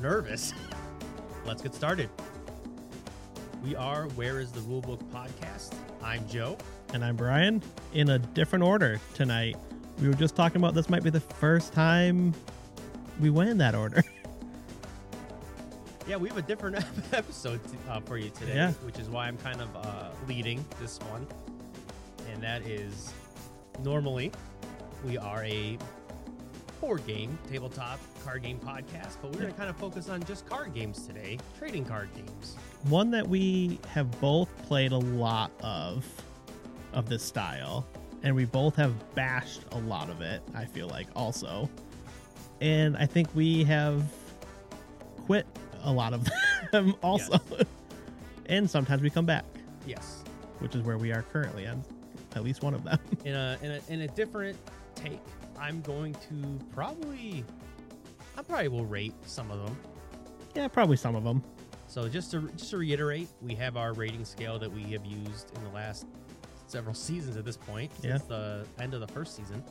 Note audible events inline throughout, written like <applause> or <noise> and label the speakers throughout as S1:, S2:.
S1: nervous. Let's get started. We are Where is the Rulebook podcast. I'm Joe.
S2: And I'm Brian in a different order tonight. We were just talking about this might be the first time we went in that order. <laughs>
S1: Yeah, we have a different <laughs> episode t- uh, for you today,
S2: Yeah.
S1: which is why I'm kind of uh, leading this one. And that is normally we are a board game, tabletop, card game podcast, but we're going to kind of focus on just card games today, trading card games.
S2: One that we have both played a lot of of this style and we both have bashed a lot of it, I feel like also. And I think we have quit a lot of <laughs> them also. <laughs> and sometimes we come back,
S1: Yes.
S2: which is where we are currently on at least one of them. <laughs>
S1: in a in a, in a different take. I'm going to probably I probably will rate some of them.
S2: yeah, probably some of them.
S1: So just to just to reiterate, we have our rating scale that we have used in the last several seasons at this point,
S2: Yeah.
S1: since the end of the first season,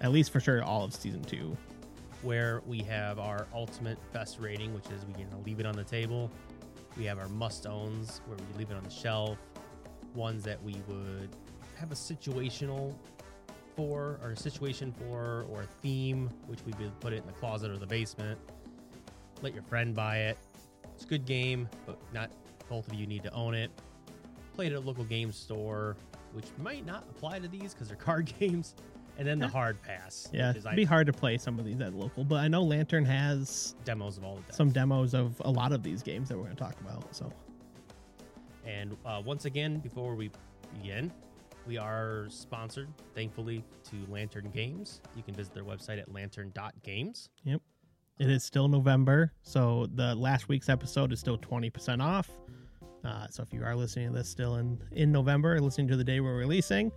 S2: At least for sure all of season 2.
S1: where we have our ultimate best rating, which is we can leave it on the table. We have our must owns where we leave it on the shelf. Ones that we would have a situational for or a situation for or a theme, which we would put it in the closet or the basement. Let your friend buy it. It's a good game, but not both of you need to own it. Play it at a local game store, which might not apply to these because they're <laughs> card games. And then the
S2: Yeah.
S1: hard pass.
S2: Yeah,
S1: which is
S2: it'd
S1: I
S2: be hard to play some of these at local, but I know Lantern has
S1: demos of all of that.
S2: some demos of a lot of these games that we're going to talk about. So
S1: And uh, once again, before we begin, we are sponsored, thankfully, to Lantern Games. You can visit their website at lantern.games.
S2: it is still November, so the last week's episode is still twenty percent off. Uh, so if you are listening to this still in in November, listening to the day we're releasing,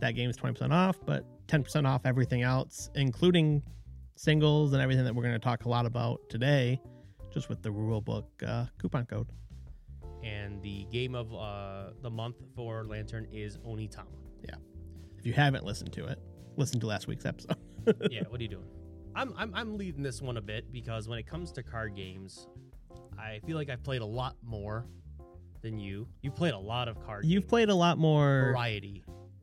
S2: that game is twenty percent off, but ten percent off everything else, including singles and everything that we're going to talk a lot about today, just with the rule book uh, coupon code.
S1: And the game of uh, the month for Lantern is
S2: <laughs>
S1: Onitama.
S2: If you haven't listened to it, listen to last week's episode. <laughs>
S1: yeah, what are you doing? I'm, I'm, I'm leading this one a bit because when it comes to card games, I feel like I've played a lot more than you. You played a lot of card
S2: You've
S1: game
S2: played a lot more.
S1: variety.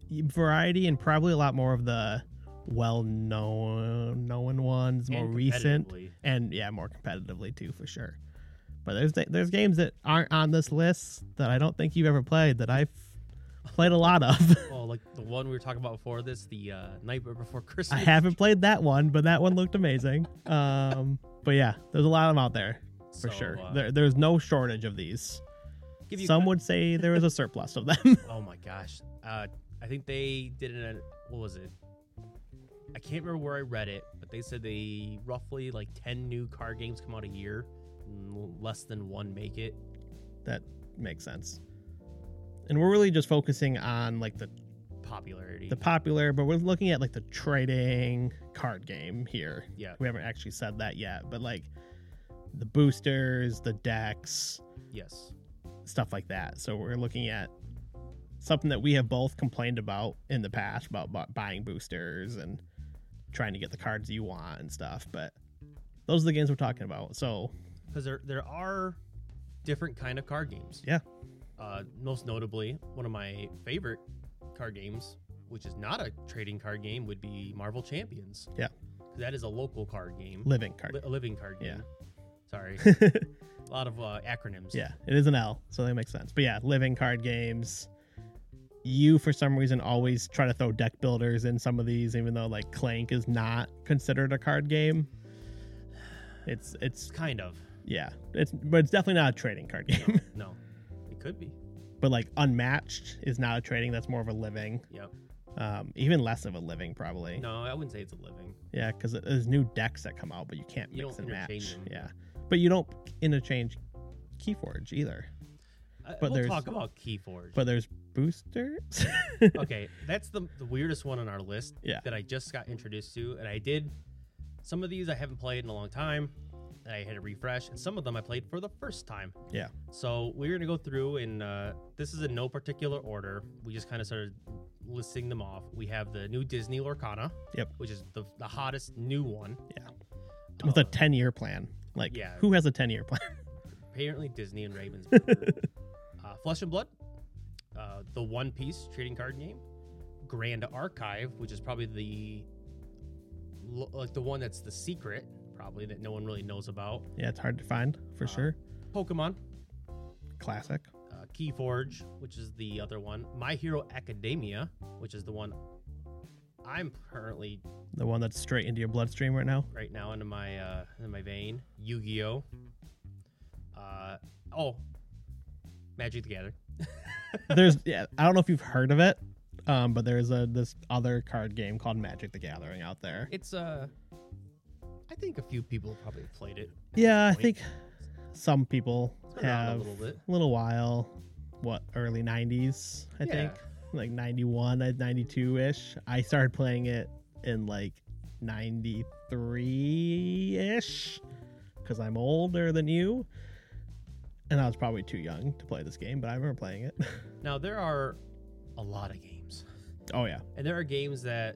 S2: variety and probably a lot more of the well known known ones, more
S1: and
S2: recent,
S1: competitively.
S2: and yeah, more competitively too for sure. But there's th- there's games that aren't on this list that I don't think you've ever played that I've played a lot of. <laughs>
S1: Well, like the one we were talking about before this, the uh, night before
S2: I
S1: Christmas.
S2: haven't played that one, but that one looked amazing. Um, but yeah, there's a lot of them out there for
S1: So,
S2: sure.
S1: uh,
S2: there, there's no shortage of these.
S1: give you
S2: Some would say there is a surplus of them. <laughs>
S1: Oh my gosh. Uh, I think they did it. At, what was it? I can't remember where I read it, but they said they roughly like 10 new card games come out a year, and l- less than one make it.
S2: that makes sense. And we're really just focusing on like the
S1: Popularity.
S2: the popular, but we're looking at like the trading card game here.
S1: yeah.
S2: We haven't actually said that yet, but like the boosters, the decks,
S1: Yes.
S2: stuff like that. So we're looking at something that we have both complained about in the past about bu- buying boosters and trying to get the cards you want and stuff, but those are the games we're talking about. So,
S1: Because there, there are different kind of card games.
S2: Yeah.
S1: Uh, most notably, one of my favorite card games, which is not a trading card game, would be Marvel Champions.
S2: Yeah.
S1: That is a local card game.
S2: living card.
S1: Li- a living card game.
S2: Yeah. <laughs>
S1: Sorry. a lot of uh, acronyms.
S2: Yeah, it is an L, so that makes sense. But yeah, living card games. You, for some reason, always try to throw deck builders in some of these, even though like Clank is not considered a card game. It's it's
S1: Kind of.
S2: yeah, it's but it's definitely not a trading card game. <laughs>
S1: No. It could be.
S2: but like Unmatched is not a trading; that's more of a living,
S1: Yep.
S2: um, even less of a living probably.
S1: No, I wouldn't say it's a living.
S2: Yeah, because there's new decks that come out, but you can't
S1: You
S2: mix
S1: don't
S2: and
S1: interchange
S2: match.
S1: them.
S2: Yeah, but you don't interchange Keyforge either.
S1: I,
S2: But
S1: Uh, we'll
S2: there's-
S1: talk about Keyforge.
S2: But there's boosters. <laughs>
S1: okay, that's the, the weirdest one on our list
S2: Yeah.
S1: that I just got introduced to. And I did some of these I haven't played in a long time. And I had to refresh. And some of them I played for the first time.
S2: Yeah.
S1: So we're going to go through, and uh, this is in no particular order. We just kind of started listing them off. We have the new Disney Lorcana.
S2: Yep.
S1: Which is the, the hottest new one.
S2: with
S1: Uh,
S2: a 10 year plan. Like,
S1: Yeah.
S2: who has a 10 year plan? <laughs>
S1: Apparently, Disney and Ravens. <laughs> prefer, uh, Flesh and Blood, uh, the One Piece trading card game, Grand Archive, which is probably the lo- like the one that's the secret, probably that no one really knows about.
S2: yeah, it's hard to find for
S1: Uh,
S2: sure.
S1: Pokemon,
S2: Classic.
S1: uh, Keyforge, which is the other one. My Hero Academia, which is the one I'm currently
S2: The one that's straight into your bloodstream right now.
S1: right now into my uh, into my vein. Yu-Gi-Oh. Uh, oh, Magic the Gathering.
S2: There's, <laughs> yeah, I don't know if you've heard of it, um, but there's a this other card game called Magic the Gathering out there.
S1: It's uh, I think a few people probably played it. at
S2: Yeah, I
S1: this point.
S2: think some people
S1: It's been around
S2: have
S1: a little bit.
S2: little while. What early '90s? I think
S1: Yeah.
S2: like '91, '92 ish. I started playing it in like '93 ish because I'm older than you, and I was probably too young to play this game. But I remember playing it. <laughs>
S1: Now there are a lot of games,
S2: oh yeah,
S1: and there are games that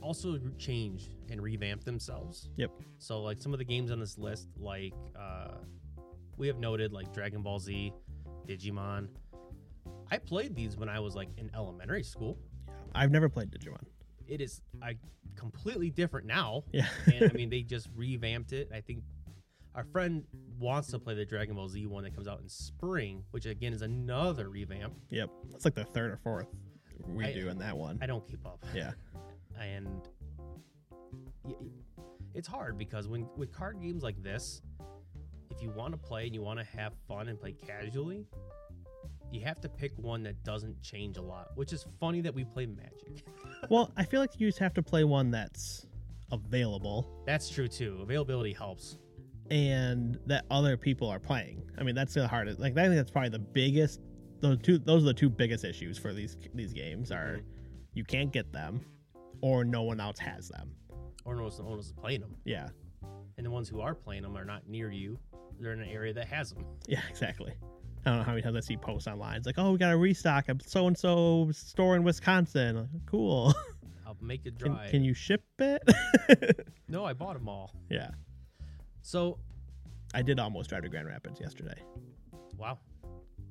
S1: also re- change and revamp themselves.
S2: Yep.
S1: So like some of the games on this list, like uh, we have noted, like Dragon Ball Z, Digimon. I played these when I was like in elementary school.
S2: I've never played Digimon. <laughs>
S1: It is I completely different now.
S2: Yeah,
S1: and I mean they just revamped it. I think our friend wants to play the Dragon Ball Z one that comes out in spring, which again is another revamp.
S2: yep. That's like the third or fourth we
S1: I-
S2: do in that one.
S1: I don't keep up,
S2: yeah,
S1: <laughs> and y- y- it's hard because when with card games like this, if you want to play and you want to have fun and play casually, you have to pick one that doesn't change a lot. Which is funny that we play Magic. <laughs>
S2: well, I feel like you just have to play one that's available
S1: That's true too. Availability helps.
S2: and that other people are playing. I mean, that's the hardest. Like, I think that's probably the biggest. Those two, those are the two biggest issues for these these games are,
S1: Mhm.
S2: you can't get them, or no one else has them.
S1: Or no one else is playing them,
S2: Yeah, <laughs>
S1: and the ones who are playing them are not near you. They're in an area that has them.
S2: yeah, exactly. I don't know how many times I see posts online. It's like, oh, we got to restock at so and so store in Wisconsin. Like, cool. <laughs>
S1: I'll make it
S2: Can,
S1: dry.
S2: can you ship it? <laughs>
S1: no, I bought them all.
S2: yeah,
S1: So,
S2: I did almost drive to Grand Rapids yesterday.
S1: wow.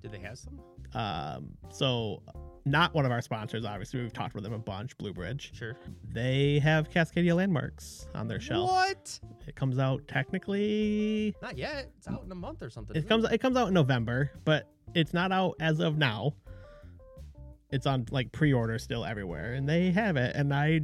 S1: Did they have some?
S2: Um, so not one of our sponsors, obviously. We've talked with them a bunch. Blue Bridge.
S1: Sure.
S2: They have Cascadia landmarks on their shelf.
S1: What?
S2: It comes out technically.
S1: Not yet. It's out in a month or something.
S2: It
S1: isn't
S2: comes it comes out in November, but it's not out as of now. It's on like pre-order still everywhere, and they have it. And I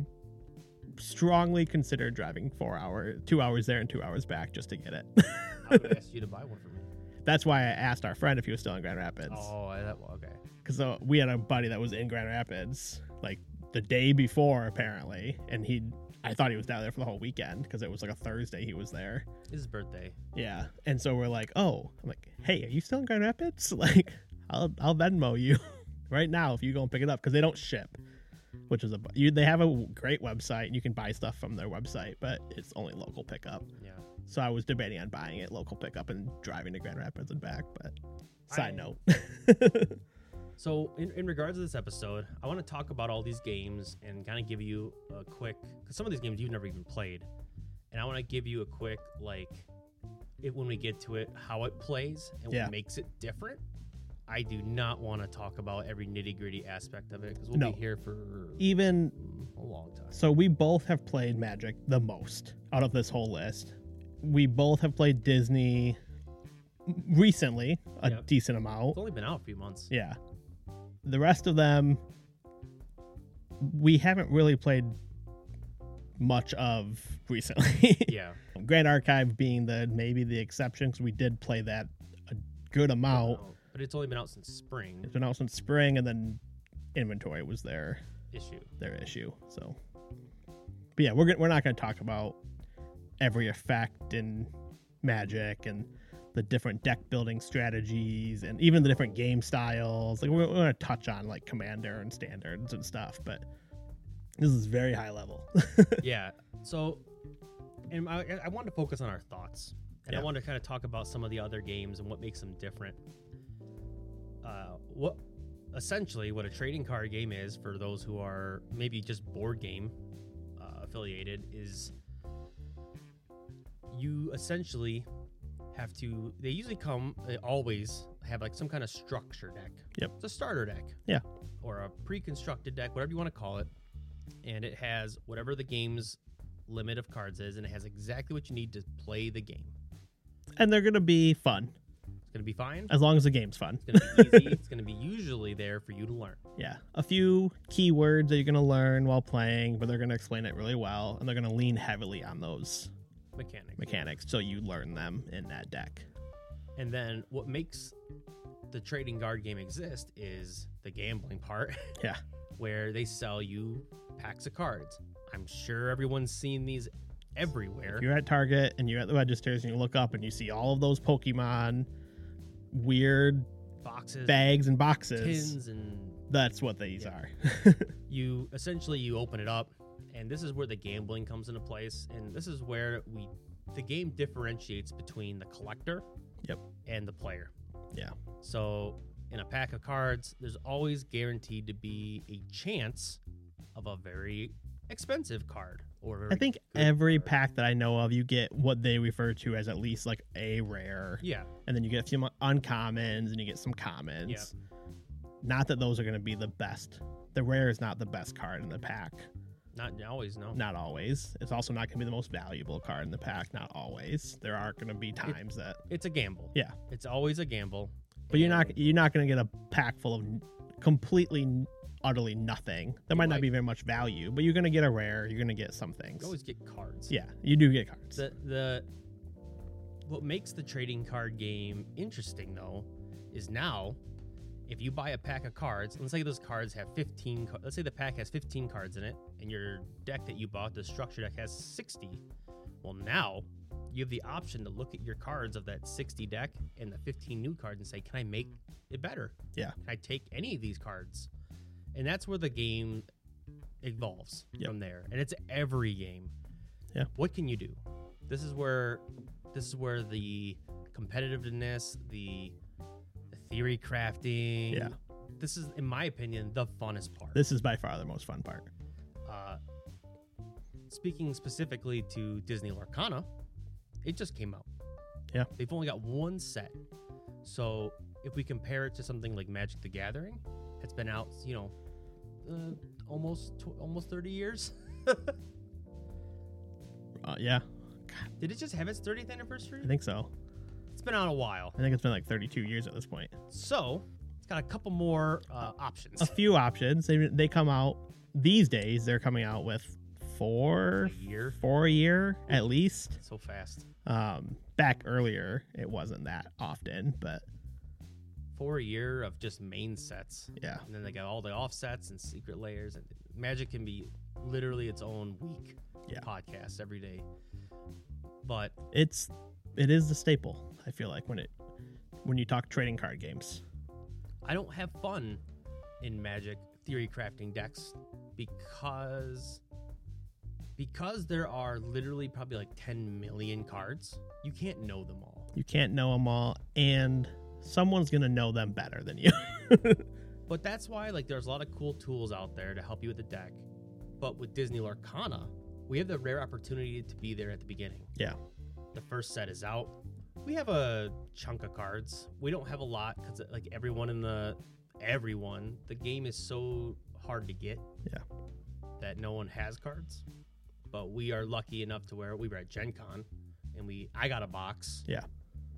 S2: strongly consider driving four hour, two hours there and two hours back just to get it. <laughs>
S1: I would ask you to buy one for me.
S2: That's why I asked our friend if he was still in Grand Rapids.
S1: Oh, I- that well, okay.
S2: because uh, we had a buddy that was in Grand Rapids like the day before apparently, and he I thought he was down there for the whole weekend because it was like a Thursday he was there.
S1: It's his birthday.
S2: Yeah, and so we're like, oh, I'm like, hey, are you still in Grand Rapids? <laughs> Like, I'll I'll Venmo you <laughs> right now if you go and pick it up because they don't ship, which is a bu- you they have a great website and you can buy stuff from their website, but it's only local pickup.
S1: Yeah.
S2: So I was debating on buying it local pickup and driving to Grand Rapids and back, but. Side
S1: I-
S2: note. <laughs>
S1: So, in, in regards to this episode, I want to talk about all these games and kind of give you a quick, because some of these games you've never even played. And I want to give you a quick, like, it, when we get to it, how it plays and
S2: Yeah.
S1: what makes it different. I do not want to talk about every nitty gritty aspect of it because we'll
S2: No. E
S1: be here for
S2: Even
S1: mm, a long time.
S2: So we both have played Magic the most out of this whole list. We both have played Disney recently, a
S1: Yep.
S2: decent
S1: It's
S2: amount.
S1: only been out a few months.
S2: Yeah. The rest of them, we haven't really played much of <laughs> recently.
S1: Yeah.
S2: Grand Archive being the maybe the exception because we did play that a good amount.
S1: But it's only been out since spring
S2: It's been out since spring, and then inventory was there.
S1: issue.
S2: their issue. So, but yeah, we're gonna, we're not going to talk about every effect and magic and the different deck building strategies and even the different game styles. Like we're, we're going to touch on like commander and standards and stuff, but this is very high level. <laughs>
S1: yeah. So, and I, I wanted to focus on our thoughts, and I
S2: Yeah.
S1: wanted to kind of talk about some of the other games and what makes them different. Uh, what essentially what a trading card game is for those who are maybe just board game uh, affiliated is you essentially have to. They usually come they always have like some kind of structure deck.
S2: Yep.
S1: It's a starter deck.
S2: Yeah.
S1: Or a pre-constructed deck, whatever you want to call it, and it has whatever the game's limit of cards is, and it has exactly what you need to play the game.
S2: and they're gonna be fun
S1: It's gonna be
S2: <laughs>
S1: fine.
S2: as long as the game's fun.
S1: It's gonna be easy. it's gonna be usually there for you to learn.
S2: Yeah, a few key words that you're gonna learn while playing, but they're gonna explain it really well, and they're gonna lean heavily on those
S1: Mechanics.
S2: mechanics, so you learn them in that deck.
S1: And then what makes the trading card game exist is the gambling part. <laughs>
S2: Yeah.
S1: Where they sell you packs of cards. I'm sure everyone's seen these everywhere.
S2: If you're at Target and you're at the registers and you look up and you see all of those Pokemon weird
S1: Boxes,
S2: bags and boxes.
S1: tins, and
S2: That's what these
S1: Yeah.
S2: are. <laughs>
S1: you essentially you open it up, and this is where the gambling comes into place. And this is where we the game differentiates between the collector
S2: Yep.
S1: and the player.
S2: Yeah.
S1: So in a pack of cards, there's always guaranteed to be a chance of a very expensive card or a very
S2: I think
S1: good
S2: every
S1: card.
S2: pack that I know of, you get what they refer to as at least like a rare,
S1: Yeah.
S2: and then you get a few mo- uncommons and you get some commons. Not that those are going to be the best. The rare is not the best card in the pack.
S1: Not always, no.
S2: Not always. It's also not going to be the most valuable card in the pack. Not always. There are going to be times that,
S1: It's a gamble.
S2: Yeah.
S1: It's always a gamble.
S2: but you're not
S1: and
S2: you're not going to get a pack full of n- completely, utterly nothing. There might not
S1: might.
S2: be very much value, but you're going to get a rare. You're going to get some
S1: you
S2: things.
S1: always get cards.
S2: Yeah, you do get cards.
S1: The the what makes the trading card game interesting though is now if you buy a pack of cards, let's say those cards have 15 ca- let's say the pack has 15 cards in it and your deck that you bought, the structure deck has 60. Well, now you have the option to look at your cards of that 60 deck and the 15 new cards and say, "Can I make it better?"
S2: Yeah.
S1: Can I take any of these cards? And that's where the game evolves
S2: Yep.
S1: from there. And it's every game what can you do? This is where this is where the competitiveness, the, the theory crafting.
S2: Yeah.
S1: This is, in my opinion, the funnest part.
S2: This is by far the most fun part.
S1: uh, speaking specifically to Disney Larkana, it just came out.
S2: Yeah.
S1: They've only got one set. So if we compare it to something like Magic the Gathering, it's been out, you know, uh, almost tw- almost 30 years. <laughs>
S2: Uh, yeah,
S1: Did it just have its 30th anniversary?
S2: I think so.
S1: It's been out a while.
S2: I think it's been like 32 years at this point.
S1: So it's got a couple more uh, options. <laughs>
S2: A few options. They, they come out these days. They're coming out with
S1: A
S2: four,
S1: year,
S2: four a year at least.
S1: so fast.
S2: Um, back earlier, it wasn't that often, but
S1: Four a year of just main sets,
S2: yeah,
S1: and then they got all the offsets and secret layers. And Magic can be literally its own week
S2: Yeah.
S1: podcast every day. But
S2: it's it is the staple. I feel like when it when you talk trading card games,
S1: I don't have fun in Magic theory crafting decks because because there are literally probably like 10 million cards. You can't know them all.
S2: you can't know them all, and someone's gonna know them better than you. <laughs>
S1: But that's why like there's a lot of cool tools out there to help you with the deck. But with Disney Larkana, we have the rare opportunity to be there at the beginning.
S2: Yeah.
S1: The first set is out. We have a chunk of cards. We don't have a lot cuz like everyone in the everyone, the game is so hard to get.
S2: Yeah.
S1: That no one has cards. But we are lucky enough to where we were at Gen Con and we I got a box.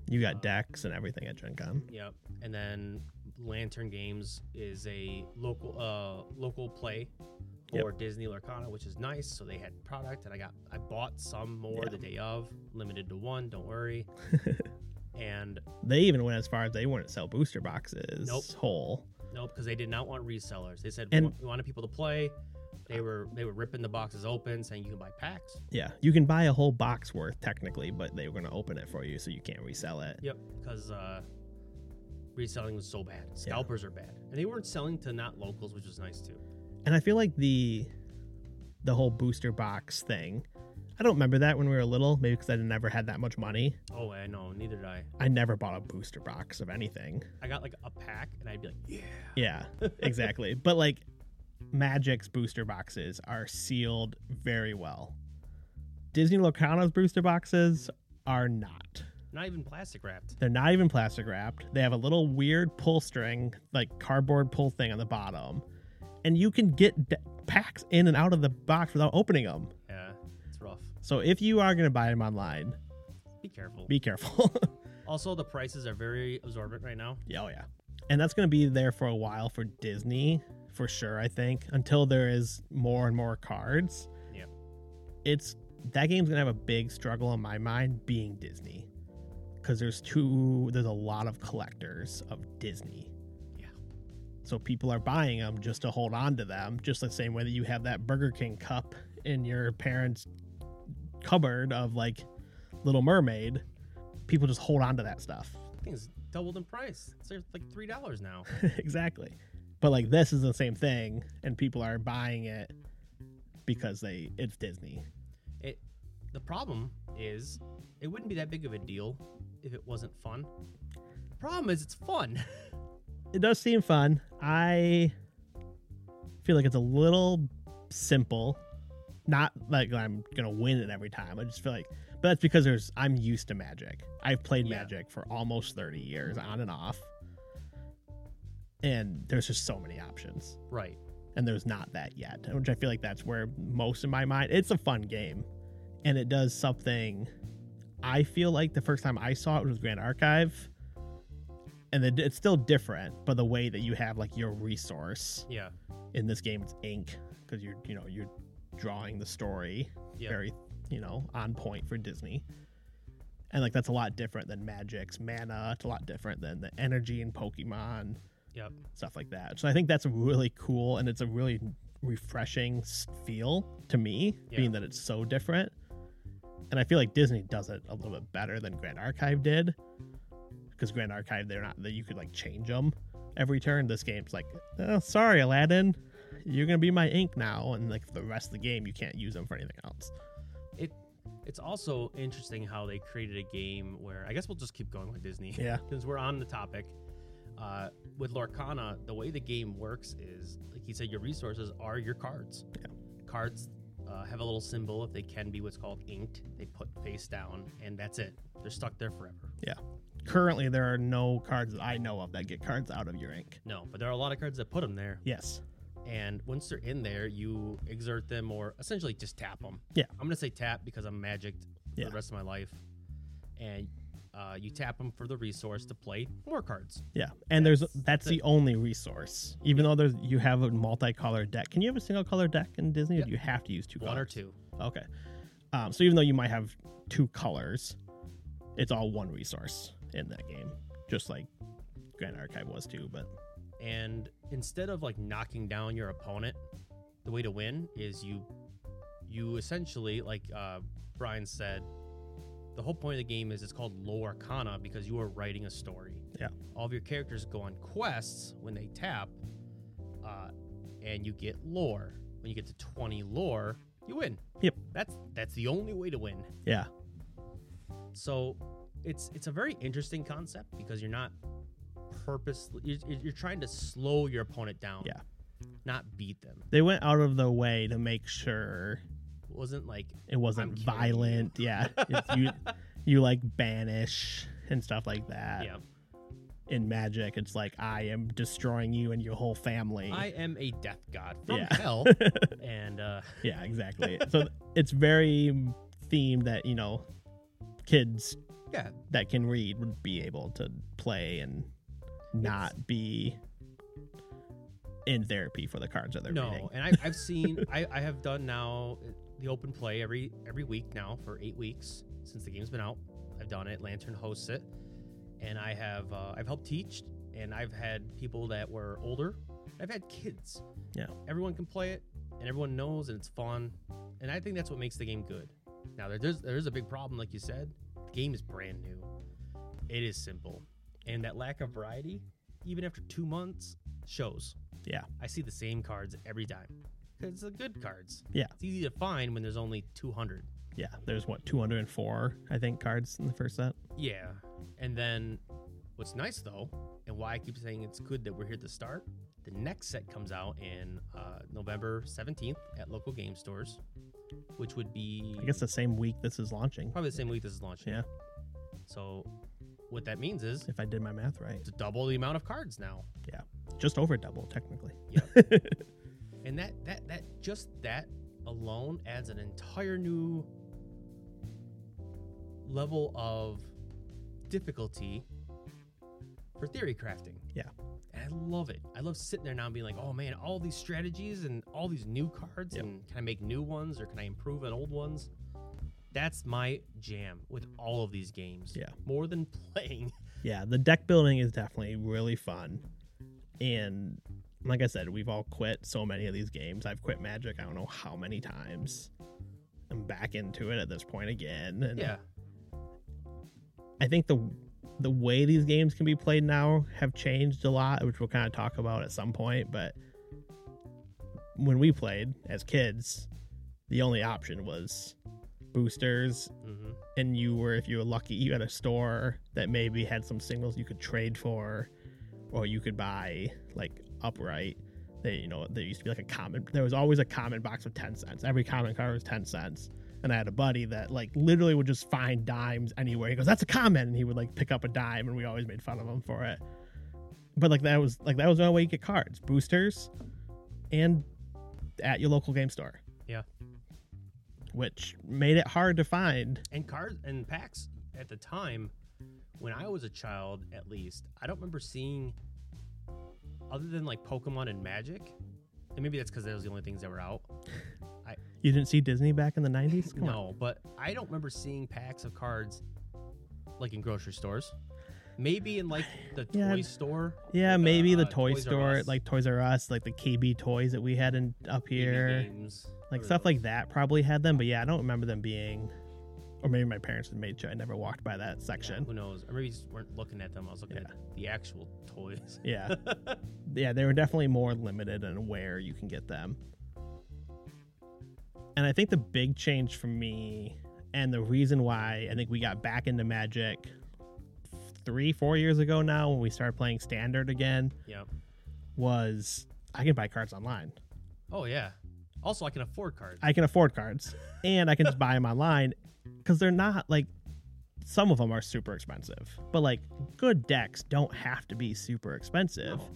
S2: you got decks and everything at Gen Con.
S1: Yep. And then Lantern Games is a local uh local play
S2: Yep.
S1: for Disney Larkana, which is nice. So they had product and I got I bought some more
S2: Yeah.
S1: the day of, limited to one, don't
S2: <laughs>
S1: worry. and
S2: They even went as far as they wouldn't sell booster boxes
S1: Nope.
S2: whole.
S1: nope, because they did not want resellers. They said we,
S2: And-
S1: want, we wanted people to play. They were they were ripping the boxes open, saying you can buy packs.
S2: Yeah, you can buy a whole box worth technically, but they were going to open it for you, so you can't resell it.
S1: Yep, because uh, reselling was so bad. Scalpers are bad, and they weren't selling to not locals, which was nice too.
S2: And I feel like the the whole booster box thing. I don't remember that when we were little, maybe because I never had that much money.
S1: Oh, I know. Neither did I.
S2: I never bought a booster box of anything.
S1: I got like a pack, and I'd be like, yeah.
S2: Yeah, exactly. but like Magic's booster boxes are sealed very well. Disney Locano's booster boxes are not.
S1: Not even plastic wrapped.
S2: They're not even plastic wrapped. They have a little weird pull string, like cardboard pull thing on the bottom. And you can get d- packs in and out of the box without opening them.
S1: Yeah, it's rough.
S2: So if you are going to buy them online,
S1: Be careful.
S2: be careful. <laughs>
S1: also, the prices are very absorbent right now.
S2: yeah, oh yeah. And that's going to be there for a while for Disney, for sure, I think, until there is more and more cards.
S1: Yep.
S2: It's that game's going to have a big struggle in my mind being Disney. Cuz there's two there's a lot of collectors of Disney.
S1: Yeah.
S2: So people are buying them just to hold on to them, just the same way that you have that Burger King cup in your parents' cupboard of like Little Mermaid. People just hold on to that stuff.
S1: Things doubled in price. It's like three dollars now.
S2: <laughs> exactly. But like this is the same thing, and people are buying it because they it's Disney.
S1: It. The problem is, it wouldn't be that big of a deal if it wasn't fun. The problem is, it's fun. <laughs>
S2: It does seem fun. I feel like it's a little simple. Not like I'm gonna win it every time. I just feel like, but that's because there's I'm used to Magic. I've played
S1: Yeah.
S2: Magic for almost 30 years, on and off, and there's just so many options.
S1: right.
S2: and there's not that yet, which I feel like that's where most of my mind. It's a fun game, and it does something. I feel like the first time I saw it was Grand Archive, and the, it's still different, but the way that you have like your resource
S1: Yeah.
S2: in this game, it's ink because you're you know you're drawing the story
S1: Yeah.
S2: very you know on point for Disney. And like that's a lot different than Magic's mana. It's a lot different than the energy in Pokemon
S1: Yep.
S2: stuff like that. So I think that's really cool and it's a really refreshing s- feel to me,
S1: Yeah.
S2: being that it's so different. And I feel like Disney does it a little bit better than Grand Archive did, because Grand Archive they're not that you could like change them every turn. This game's like, oh, sorry Aladdin, you're gonna be my ink now, and like the rest of the game you can't use them for anything else.
S1: It. It's also interesting how they created a game where I guess we'll just keep going with Disney.
S2: Yeah,
S1: since we're on the topic, uh, with Lorcana, the way the game works is, like you said, your resources are your cards.
S2: Yeah.
S1: Cards uh, have a little symbol. If they can be what's called inked, they put face down, and that's it. They're stuck there forever.
S2: currently there are no cards that I know of that get cards out of your ink.
S1: No, but there are a lot of cards that put them there,
S2: Yes,
S1: and once they're in there, you exert them or essentially just tap them.
S2: Yeah.
S1: I'm gonna say tap because I'm magicked
S2: Yeah.
S1: for the rest of my life, and uh, you tap them for the resource to play more cards.
S2: Yeah, and there's
S1: That's-
S2: that's the only resource. Even though there's you have a multicolored deck. Can you have a single color deck in Disney, or
S1: Yep.
S2: do you have to use two?
S1: One or
S2: colors?
S1: two.
S2: Okay. Um, so even though you might have two colors, it's all one resource in that game, just like Grand Archive was too. But
S1: and instead of like knocking down your opponent the way to win is you you essentially like uh brian said the whole point of the game is it's called lore arcana because you are writing a story
S2: Yeah.
S1: all of your characters go on quests when they tap uh and you get lore when you get to 20 lore you win
S2: Yep.
S1: that's that's the only way to win
S2: yeah,
S1: so it's it's a very interesting concept because you're not purposely you're, you're trying to slow your opponent down
S2: Yeah.
S1: not beat them
S2: they went out of their way to make sure
S1: it wasn't like
S2: it wasn't
S1: kidding you.
S2: violent.
S1: <laughs>
S2: Yeah, It's- you you like banish and stuff like that.
S1: yeah
S2: In Magic, it's like I am destroying you and your whole family.
S1: i am a death god from
S2: Yeah. <laughs>
S1: hell and uh
S2: Yeah, exactly. so th- it's very themed that, you know, kids
S1: yeah
S2: that can read would be able to play and not be in therapy for the cards that they're
S1: no
S2: reading.
S1: and I,
S2: <laughs>
S1: i've seen I, I have done now uh, the open play every every week now for eight weeks since the game's been out i've done it lantern hosts it and i have uh, i've helped teach and i've had people that were older i've had kids
S2: Yeah.
S1: everyone can play it and everyone knows and it's fun and i think that's what makes the game good now there- there's there's a big problem like you said the game is brand new it is simple and that lack of variety even after two months shows
S2: Yeah.
S1: I see the same cards every time. 'Cause It's the good cards.
S2: Mm. Yeah.
S1: It's easy to find when there's only 200.
S2: Yeah, there's what 204 I think cards in the first set.
S1: Yeah. And then what's nice though, and why I keep saying it's good that we're here to start, the next set comes out in uh, November 17th at local game stores. which would be
S2: I guess the same week this is launching.
S1: probably the same week this is launching.
S2: Yeah.
S1: So what that means is
S2: If I did my math right,
S1: it's double the amount of cards now.
S2: just over double technically.
S1: and that that that just that alone adds an entire new level of difficulty for theory crafting.
S2: Yeah.
S1: And I love it. I love sitting there now and being like, oh man, all these strategies and all these new cards,
S2: Yep.
S1: and can I make new ones or can I improve on old ones? That's my jam with all of these games.
S2: Mm. Yeah.
S1: More than playing.
S2: Yeah, the deck building is definitely really fun. And like I said, we've all quit so many of these games. I've quit Magic I don't know how many times. I'm back into it at this point again.
S1: <laughs>
S2: And
S1: Yeah.
S2: I think the the way these games can be played now have changed a lot, which we'll kind of talk about at some point. But when we played as kids, the only option was boosters,
S1: hmm
S2: and you were, if you were lucky, you had a store that maybe had some singles you could trade for, or you could buy like upright. They, you know, there used to be like a common. There was always a common box of ten cents. Every common card was ten cents. And I had a buddy that like literally would just find dimes anywhere. He goes, "That's a common," and he would like pick up a dime, and we always made fun of him for it. But like that was like that was the only way you get cards, boosters, and at your local game store.
S1: Yeah.
S2: Which made it hard to find
S1: and cards and packs at the time when i was a child at least i don't remember seeing other than like pokemon and magic and maybe that's because those were the only things that were out
S2: You didn't see Disney back in the 90s? Come on.
S1: no but i don't remember seeing packs of cards like in grocery stores maybe in like the
S2: <sighs> Yeah,
S1: toy
S2: I'd-
S1: store
S2: Yeah,
S1: Like,
S2: maybe the
S1: uh,
S2: toy
S1: Toys R
S2: store,
S1: Us.
S2: like Toys R Us, like the KB toys that we had in up
S1: mini
S2: here,
S1: games,
S2: like
S1: or
S2: stuff
S1: those.
S2: like that probably had them. But yeah, I don't remember them being, or maybe my parents had made sure I never walked by that
S1: Yeah,
S2: section.
S1: who knows or maybe just weren't looking at them i was looking at the actual toys <laughs>
S2: Yeah. yeah, they were definitely more limited in where you can get them. And I think the big change for me, and the reason why I think we got back into Magic three, four years ago now when we started playing Standard again,
S1: yeah
S2: was I can buy cards online.
S1: oh yeah also i can afford cards
S2: I can afford cards and I can just buy them online because they're not like some of them are super expensive, but like good decks don't have to be super expensive.
S1: No.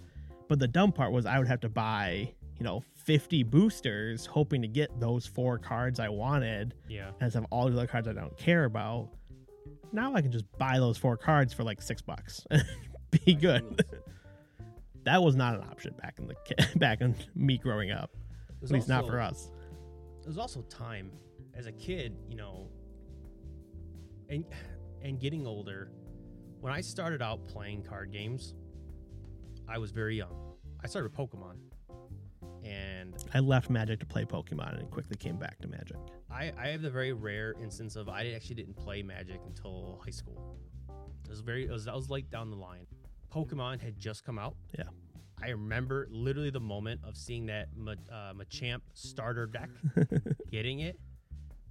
S2: But the dumb part was I would have to buy, you know, 50 boosters hoping to get those four cards I wanted
S1: yeah
S2: and have all the other cards I don't care about. Now I can just buy those four cards for like six bucks. <laughs> be good. That was not an option back in the ki- <laughs> back in me growing up. At least not for us.
S1: there's also time as a kid, you know, and and getting older. When I started out playing card games, I was very young. I started with Pokemon, and
S2: I left Magic to play Pokemon and quickly came back to Magic. <laughs>
S1: I, I have the very rare instance of I actually didn't play Magic until high school. It was very it was, that was like down the line. Pokemon had just come out.
S2: Yeah.
S1: I remember literally the moment of seeing that Ma, uh, Machamp starter deck, getting it,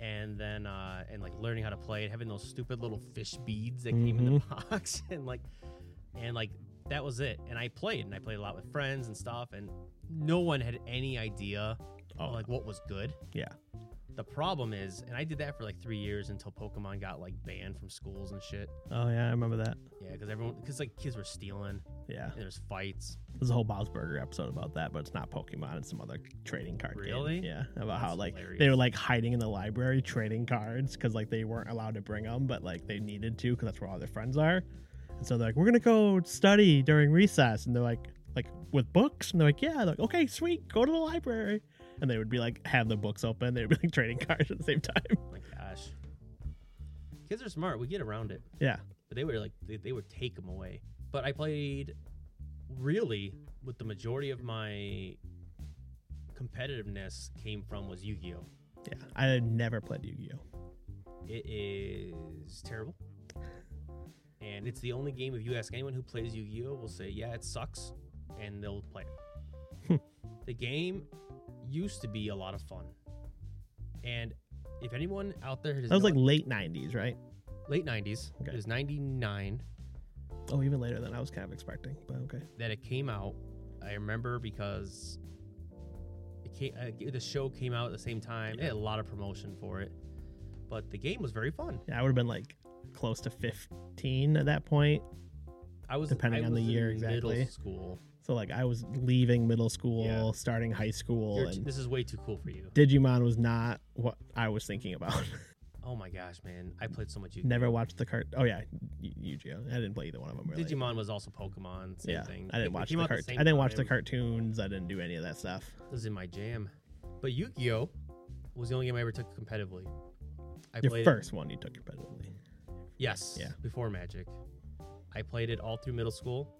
S1: and then uh, and like learning how to play it, having those stupid little fish beads that came in the
S2: Mm-hmm.
S1: box, <laughs> and like and like that was it. And I played and I played a lot with friends and stuff, and no one had any idea
S2: Oh.
S1: like what was good.
S2: Yeah.
S1: The problem is, and I did that for like three years until Pokemon got like banned from schools and shit.
S2: Oh yeah, I remember that.
S1: Yeah, because everyone, because like kids were stealing
S2: Yeah,
S1: and there's fights.
S2: there's a whole Bob's Burger episode about that, but it's not Pokemon. It's some other trading card game.
S1: Really?
S2: Yeah, about how
S1: That's
S2: like they
S1: hilarious.
S2: were like hiding in the library trading cards because like they weren't allowed to bring them, but like they needed to because that's where all their friends are. And so they're like, we're gonna go study during recess, and they're like, like with books, and they're like, yeah, They're like okay, sweet, go to the library, and they would be like have the books open, they'd be like trading <laughs> cards at the same time.
S1: My gosh, kids are smart. We get around it.
S2: Yeah,
S1: but they were like they, they would take them away but i played really with the majority of my competitiveness came from was yu-gi-oh
S2: yeah. I had never played Yu-Gi-Oh.
S1: it is terrible and it's the only game if you ask anyone who plays yu-gi-oh will say yeah it sucks and they'll play it
S2: Hmm.
S1: the game used to be a lot of fun and if anyone out there has
S2: That was
S1: no-
S2: like late '90s, right?
S1: late 90s
S2: Okay.
S1: it was 99
S2: Oh, even later than I was kind of expecting. But okay.
S1: that it came out, I remember because it came, uh, the show came out at the same time. It had a lot of promotion for it, but the game was very fun.
S2: Yeah, I would have been like close to 15 at that point.
S1: I was
S2: Depending
S1: I
S2: on the
S1: was in
S2: year, exactly.
S1: Middle school.
S2: So like I was leaving middle school,
S1: Yeah.
S2: starting high school,
S1: You're t-
S2: and
S1: this is way too cool for you.
S2: Digimon was not what I was thinking about. <laughs>
S1: Oh my gosh, man! I played so much. Yu-Gi-Oh.
S2: Never watched the cart. Oh yeah, Yu- Yu-Gi-Oh. I didn't play either one of them really.
S1: Digimon was also Pokemon. Same
S2: yeah,
S1: thing.
S2: I
S1: They-
S2: didn't
S1: they
S2: watch
S1: came
S2: the
S1: out at
S2: cart. I
S1: same
S2: didn't watch the
S1: time.
S2: cartoons. I didn't do any of that stuff.
S1: It was in my jam, but Yu-Gi-Oh was the only game I ever took competitively. I
S2: Your
S1: played it-
S2: first one you took competitively.
S1: Yes.
S2: Yeah.
S1: Before Magic, I played it all through middle school,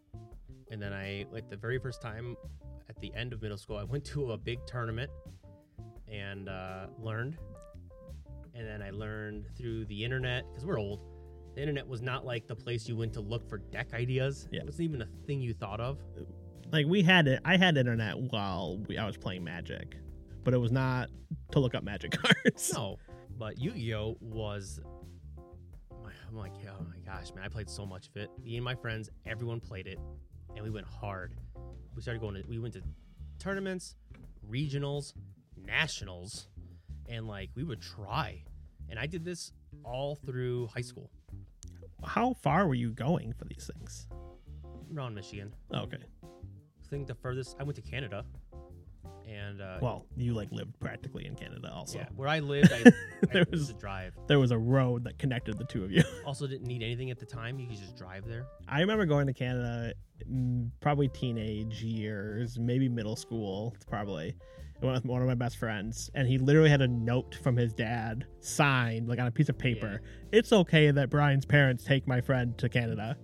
S1: and then I like the very first time at the end of middle school, I went <laughs> to a big tournament and uh, learned, and then I learned through the internet because we're old. The internet was not like the place you went to look for deck ideas.
S2: Yeah.
S1: It wasn't even a thing you thought of.
S2: Like we had it. I had internet while we, I was playing Magic, but it was not to look up Magic <laughs> cards.
S1: No, but Yu-Gi-Oh was. my- I'm like, oh my gosh, man! I played so much of it. Me and my friends, everyone played it, and we went hard. We started going. To, we went to tournaments, regionals, nationals, and like we would try. And I did this all through high school
S2: How far were you going for these things?
S1: around Michigan.
S2: Okay.
S1: I think the furthest I went to Canada, and uh,
S2: Well, you like lived practically in Canada also.
S1: yeah, where I lived, I, I
S2: <laughs> There
S1: was
S2: was-
S1: to drive.
S2: There was a road that connected the two of you. <laughs>
S1: Also, didn't need anything at the time. You could just drive there.
S2: I remember going to Canada mm, probably teenage years, maybe middle school, probably. I went with one of my best friends, and he literally had a note from his dad signed, like on a piece of paper. It's okay that Brian's parents take my friend to Canada.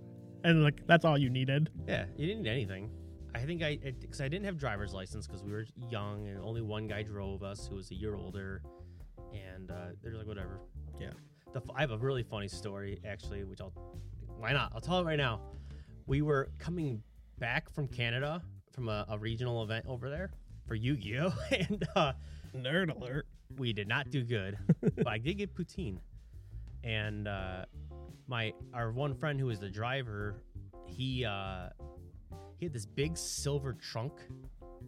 S2: And, like, that's all you needed.
S1: Yeah, you didn't need anything. I think I because I didn't have driver's license because we were young and only one guy drove us who was a year older, and uh, they're like whatever.
S2: Yeah.
S1: The, f- I have a really funny story actually, which I'll why not? I'll tell it right now. We were coming back from Canada from a, a regional event over there for Yu-Gi-Oh, <laughs> and uh,
S2: Nerd alert.
S1: we did not do good, but I did get poutine. And uh, my our one friend who was the driver, he uh, he had this big silver trunk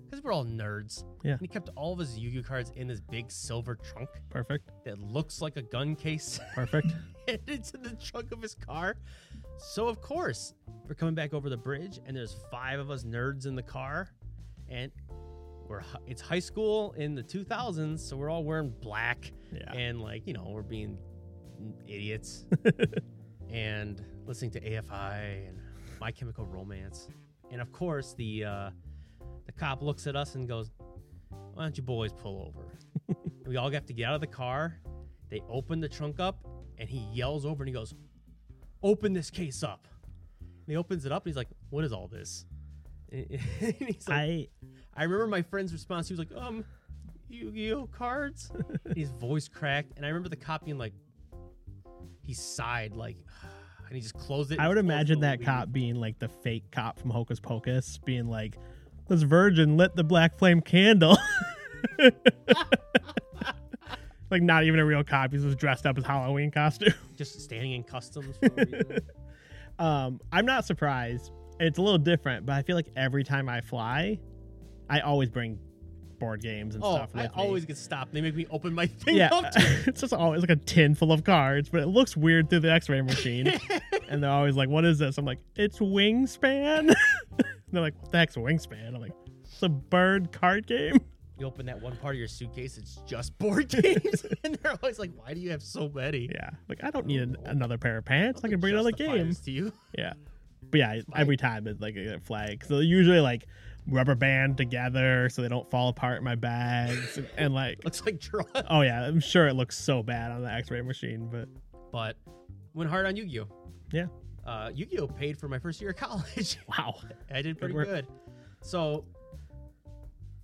S1: because we're all nerds.
S2: Yeah.
S1: and he kept all of his Yu-Gi-Oh cards in this big silver trunk
S2: Perfect.
S1: that looks like a gun case <laughs>
S2: Perfect.
S1: and it's in the trunk of his car. So of course, we're coming back over the bridge, and there's five of us nerds in the car, and we're hi- it's high school in the 2000s, so we're all wearing black
S2: yeah.
S1: and like you know we're being idiots and listening to AFI and My Chemical Romance, and of course the uh, the cop looks at us and goes, "Why don't you boys pull over?" we all have to get out of the car. They open the trunk up, and he yells over and he goes, "Open this case up!" And he opens it up and he's like, "What is all this?" <laughs> And he's like,
S2: I
S1: I remember my friend's response. He was like, um, Yu-Gi-Oh
S2: <laughs>
S1: cards. And his voice cracked, and I remember the cop being like, he sighed like, <sighs> and he just closed it.
S2: I would
S1: Closed
S2: imagine
S1: the
S2: that
S1: lead.
S2: cop being like the fake cop from Hocus Pocus, being like, "This virgin lit the black flame candle." <laughs> like not even a real cop; he's just dressed up as Halloween costume. <laughs>
S1: just standing in customs. For no reason.
S2: Um, I'm not surprised. It's a little different, but I feel like every time I fly, I always bring board games and
S1: oh,
S2: stuff.
S1: I
S2: with me.
S1: always get stopped. They make me open my <laughs> thing
S2: yeah, uh, <laughs>
S1: up.
S2: it's just always like a tin full of cards, but it looks weird through the X-ray machine. and they're always like, "What is this?" I'm like, "It's Wingspan." <laughs> they're like, "What the heck's Wingspan?" I'm like, "It's a bird card game." <laughs>
S1: You open that one part of your suitcase. It's just board
S2: <laughs>
S1: games, <laughs> and they're always like, "Why do you have so many?"
S2: Yeah, like I don't need an, another pair of pants. I can bring another
S1: Justify
S2: game.
S1: this to you. <laughs>
S2: Yeah, but yeah, every time it's like a flag. So they're usually like rubber band together so they don't fall apart in my bags and, and like.
S1: Looks like draw.
S2: Oh yeah, I'm sure it looks so bad on the X-ray machine, but
S1: But went hard on Yu-Gi-Oh.
S2: yeah,
S1: Uh, Yu-Gi-Oh paid for my first year of college.
S2: wow.
S1: I did pretty
S2: work.
S1: good. So,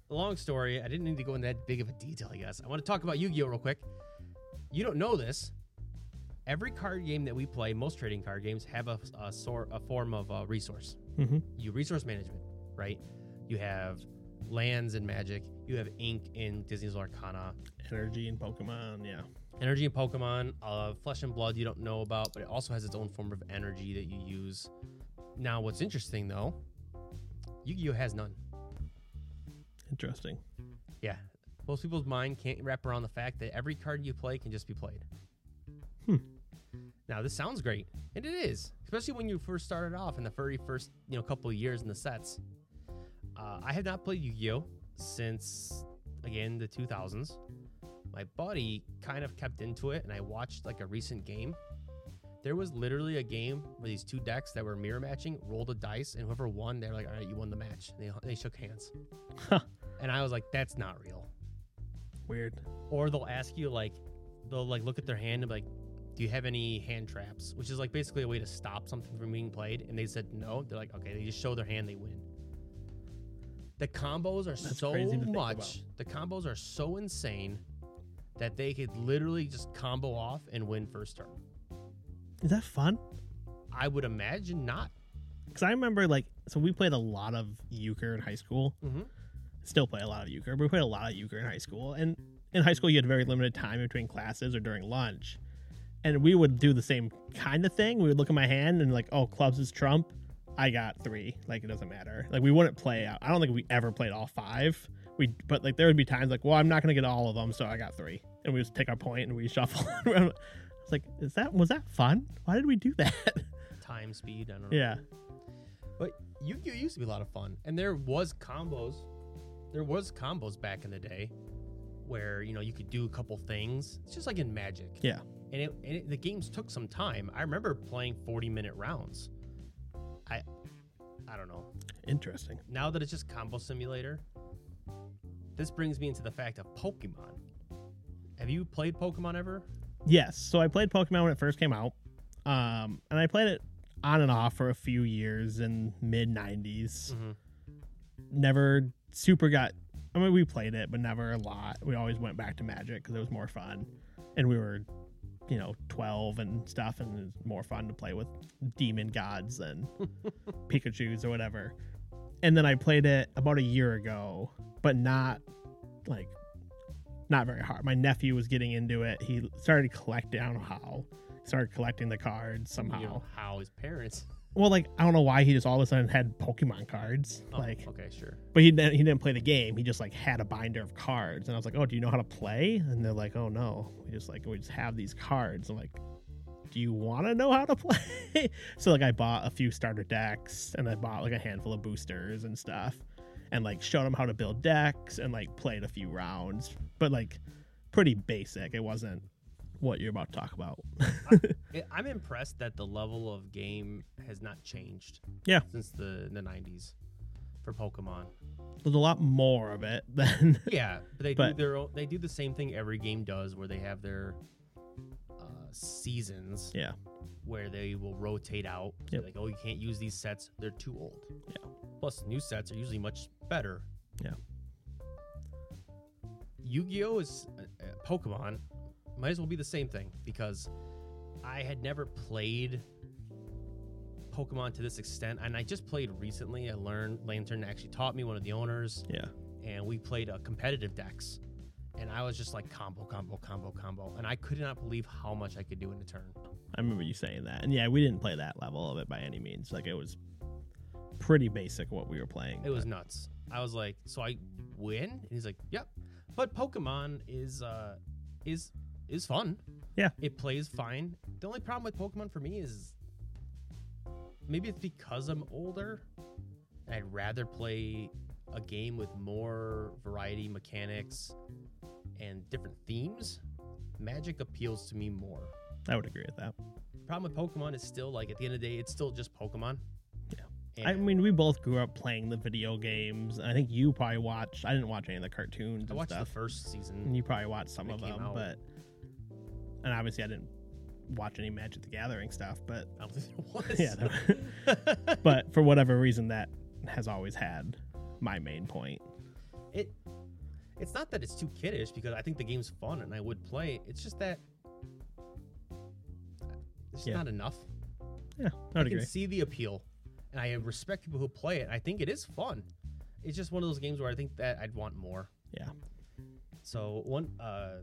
S1: long story. I didn't need to go into that big of a detail, I guess. I want to talk about Yu Gi Oh! real quick. You don't know this. Every card game that we play, most trading card games, have a, a, sort, a form of uh resource.
S2: Mm-hmm.
S1: You resource management, right? You have lands in Magic. You have ink in Disney's Arcana.
S2: Energy and Pokemon, yeah.
S1: Energy in Pokemon, uh, Flesh and Blood, you don't know about, but it also has its own form of energy that you use. Now, what's interesting though, Yu Gi Oh! has none.
S2: Interesting.
S1: Yeah, Most people's mind can't wrap around the fact that every card you play can just be played.
S2: Hmm.
S1: Now this sounds great, and it is, especially when you first started off in the very first you know couple of years in the sets. Uh, I have not played Yu-Gi-Oh since again the 2000s. My buddy kind of kept into it, and I watched like a recent game. There was literally a game where these two decks that were mirror matching rolled a dice, and whoever won, they were like, "All right, you won the match." And they they shook hands, and I was like, "That's not real."
S2: Weird.
S1: or they'll ask you like they'll like look at their hand and be like do you have any hand traps which is like basically a way to stop something from being played and they said no they're like okay they just show their hand they win the combos are
S2: That's
S1: so
S2: crazy to think about.
S1: much the combos are so insane that they could literally just combo off and win first turn
S2: Is that fun?
S1: i would imagine not
S2: Because I remember like so we played a lot of euchre in high school.
S1: Mhm.
S2: Still play a lot of euchre. But we played a lot of euchre in high school, and in high school you had very limited time between classes or during lunch, and we would do the same kind of thing. We would look at my hand and like, oh, clubs is trump. I got three. Like it doesn't matter. Like we wouldn't play. I don't think we ever played all five. We but like there would be times like, well, I'm not gonna get all of them, so I got three, and we just take our point and we <laughs> shuffle. I was like, is that was that fun? Why did we do that? <laughs>
S1: time speed i don't know
S2: yeah.
S1: But Yu-Gi-Oh used to be a lot of fun, and there was combos. There was combos back in the day, where you know you could do a couple things. It's just like in Magic.
S2: Yeah.
S1: And it, and it, the games took some time. I remember playing forty-minute rounds. I, I don't know.
S2: Interesting.
S1: Now that it's just combo simulator, this brings me into the fact of Pokemon. Have you played Pokemon ever?
S2: Yes. So I played Pokemon when it first came out. Um, and I played it on and off for a few years in mid 90s.
S1: Mhm.
S2: Never super got. I mean, we played it, but never a lot. We always went back to Magic because it was more fun. And we were, you know, 12 and stuff, and it was more fun to play with demon gods than Pikachu's or whatever. And then I played it about a year ago, but not like not very hard. My nephew was getting into it. He started collecting. I don't know how. He started collecting the cards somehow.
S1: You know how his parents?
S2: Well, like I don't know why he just all of a sudden had Pokemon cards.
S1: Oh,
S2: like,
S1: okay, sure.
S2: but he didn't, he didn't play the game. He just like had a binder of cards, and I was like, "Oh, do you know how to play?" And they're like, "Oh no, we just like we just have these cards." I'm like, "Do you want to know how to <laughs> play?" so like I bought a few starter decks, and I bought like a handful of boosters and stuff, and like showed him how to build decks, and like played a few rounds, but like pretty basic. It wasn't what you're about to talk about.
S1: I- I'm impressed that the level of game has not changed.
S2: Yeah.
S1: Since the the 90s for Pokemon.
S2: There's a lot more of it <laughs> than
S1: Yeah, but they
S2: But-
S1: do their own, they do the same thing every game does where they have their uh, seasons
S2: yeah.
S1: where they will rotate out. So
S2: Yep.
S1: Like, oh, you can't use these sets; they're too old.
S2: Yeah.
S1: Plus, new sets are usually much better.
S2: Yeah.
S1: Yu-Gi-Oh is uh, uh, Pokemon. Might as well be the same thing because I had never played Pokemon to this extent, and I just played recently. I learned Lantern actually taught me one of the owners,
S2: Yeah.
S1: and we played uh, competitive decks. And I was just like combo, combo, combo, combo, and I could not believe how much I could do in a turn.
S2: I remember you saying that. And yeah, we didn't play that level of it by any means. Like it was pretty basic what we were playing.
S1: It was nuts. I was like, so I win? And he's like, yep. But Pokemon is uh is is fun.
S2: Yeah.
S1: It plays fine. The only problem with Pokemon for me is maybe it's because I'm older and I'd rather play a game with more variety mechanics and different themes. Magic appeals to me more.
S2: but I would agree with that.
S1: Problem with Pokemon is still like at the end of the day, it's still just Pokemon.
S2: Yeah.
S1: And,
S2: I mean, we both grew up playing the video games. I think you probably watched. I didn't watch any of the
S1: I
S2: cartoons and
S1: watched
S2: stuff.
S1: the first season.
S2: and you probably watched some
S1: They
S2: of
S1: came
S2: them,
S1: out.
S2: but and obviously I didn't watch any Magic the Gathering stuff. But
S1: I don't think it
S2: <laughs>
S1: was.
S2: Yeah, but for whatever reason, that has always had my main point.
S1: <laughs> it it's not that it's too kiddish because I think the game's fun and I would play. it. It's just that it's
S2: Yeah.
S1: not enough.
S2: Yeah, I would
S1: I can
S2: agree.
S1: see the appeal, and I respect people who play it. I think it is fun. It's just one of those games where I think that I'd want more.
S2: Yeah.
S1: So one uh,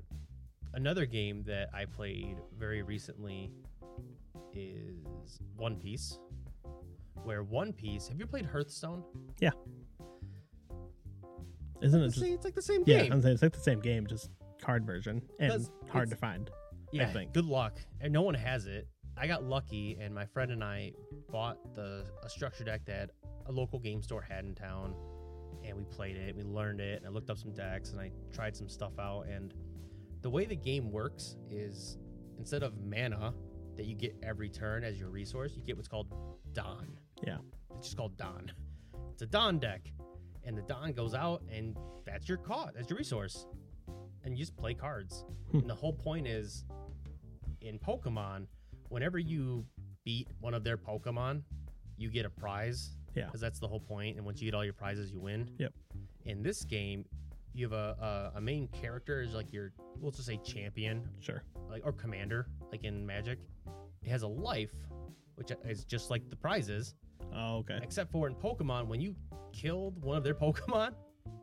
S1: another game that I played very recently is One Piece. Where One Piece, have you played Hearthstone?
S2: Yeah. Isn't it
S1: It's,
S2: just
S1: the same- it's like the same
S2: yeah?
S1: game.
S2: I'm saying it's like the same game, just card version and
S1: Does-
S2: hard
S1: it's-
S2: to find.
S1: yeah,
S2: think.
S1: good luck. And no one has it. I got lucky, and my friend and I bought the a structure deck that a local game store had in town, and we played it. We learned it, and I looked up some decks, and I tried some stuff out. And the way the game works is instead of mana that you get every turn as your resource, you get what's called Don.
S2: Yeah.
S1: it's just called Don. <laughs> It's a Don deck, and the Don goes out, and that's your cost. That's your resource, and you just play cards.
S2: Hmm.
S1: And the whole point is, in Pokemon, whenever you beat one of their Pokemon, you get a prize.
S2: Yeah.
S1: because that's the whole point. And once you get all your prizes, you win.
S2: Yep.
S1: In this game, you have a a, a main character is like your we'll just say champion
S2: Sure.
S1: like or commander like in Magic. It has a life, which is just like the prizes,
S2: Oh, okay.
S1: except for in Pokemon, when you killed one of their <laughs> Pokemon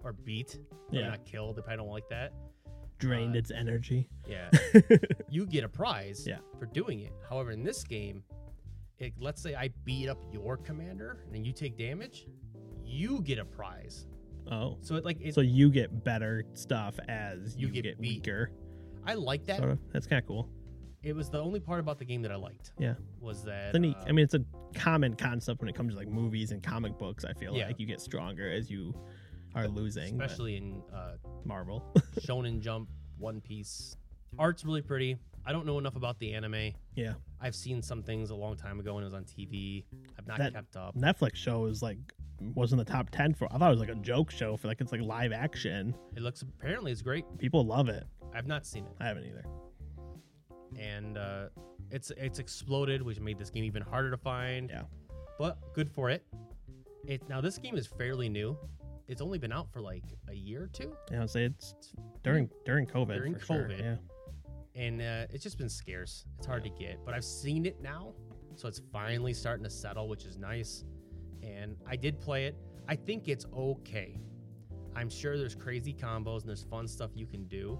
S1: or beat, yeah,
S2: Yeah.
S1: not killed. They probably don't like that.
S2: Drained
S1: uh,
S2: its energy. <laughs>
S1: Yeah, you get a prize
S2: Yeah.
S1: for doing it. However, in this game, it, let's say I beat up your commander and you take damage, you get a prize.
S2: Oh.
S1: So it like it,
S2: So you get better stuff as you,
S1: You
S2: get,
S1: get beat.
S2: weaker.
S1: I like that.
S2: Sort of. That's kind of cool.
S1: It was the only part about the game that I liked.
S2: Yeah.
S1: was that
S2: It's a neat.
S1: uh,
S2: I mean, it's a common concept when it comes to like movies and comic books. I feel
S1: Yeah.
S2: like you get stronger as you are losing. but
S1: especially in uh,
S2: Marvel. <laughs>
S1: Shonen Jump, One Piece. Art's really pretty. I don't know enough about the anime.
S2: yeah.
S1: I've seen some things a long time ago when it was on TV. I've not
S2: That-
S1: kept up.
S2: Netflix show is like was in the top ten for. I thought it was like a joke show for like it's like live action.
S1: It looks apparently it's great.
S2: People love it.
S1: I've not seen it,
S2: I haven't either.
S1: and uh, it's it's exploded, which made this game even harder to find.
S2: Yeah.
S1: but good for it. It now this game is fairly new. It's only been out for like a year or two,
S2: You know, say it's during during COVID.
S1: During
S2: for sure,
S1: COVID.
S2: Yeah.
S1: and uh, it's just been scarce. It's hard to get, but I've seen it now, so it's finally starting to settle, which is nice. And I did play it. I think it's okay. I'm sure there's crazy combos and there's fun stuff you can do,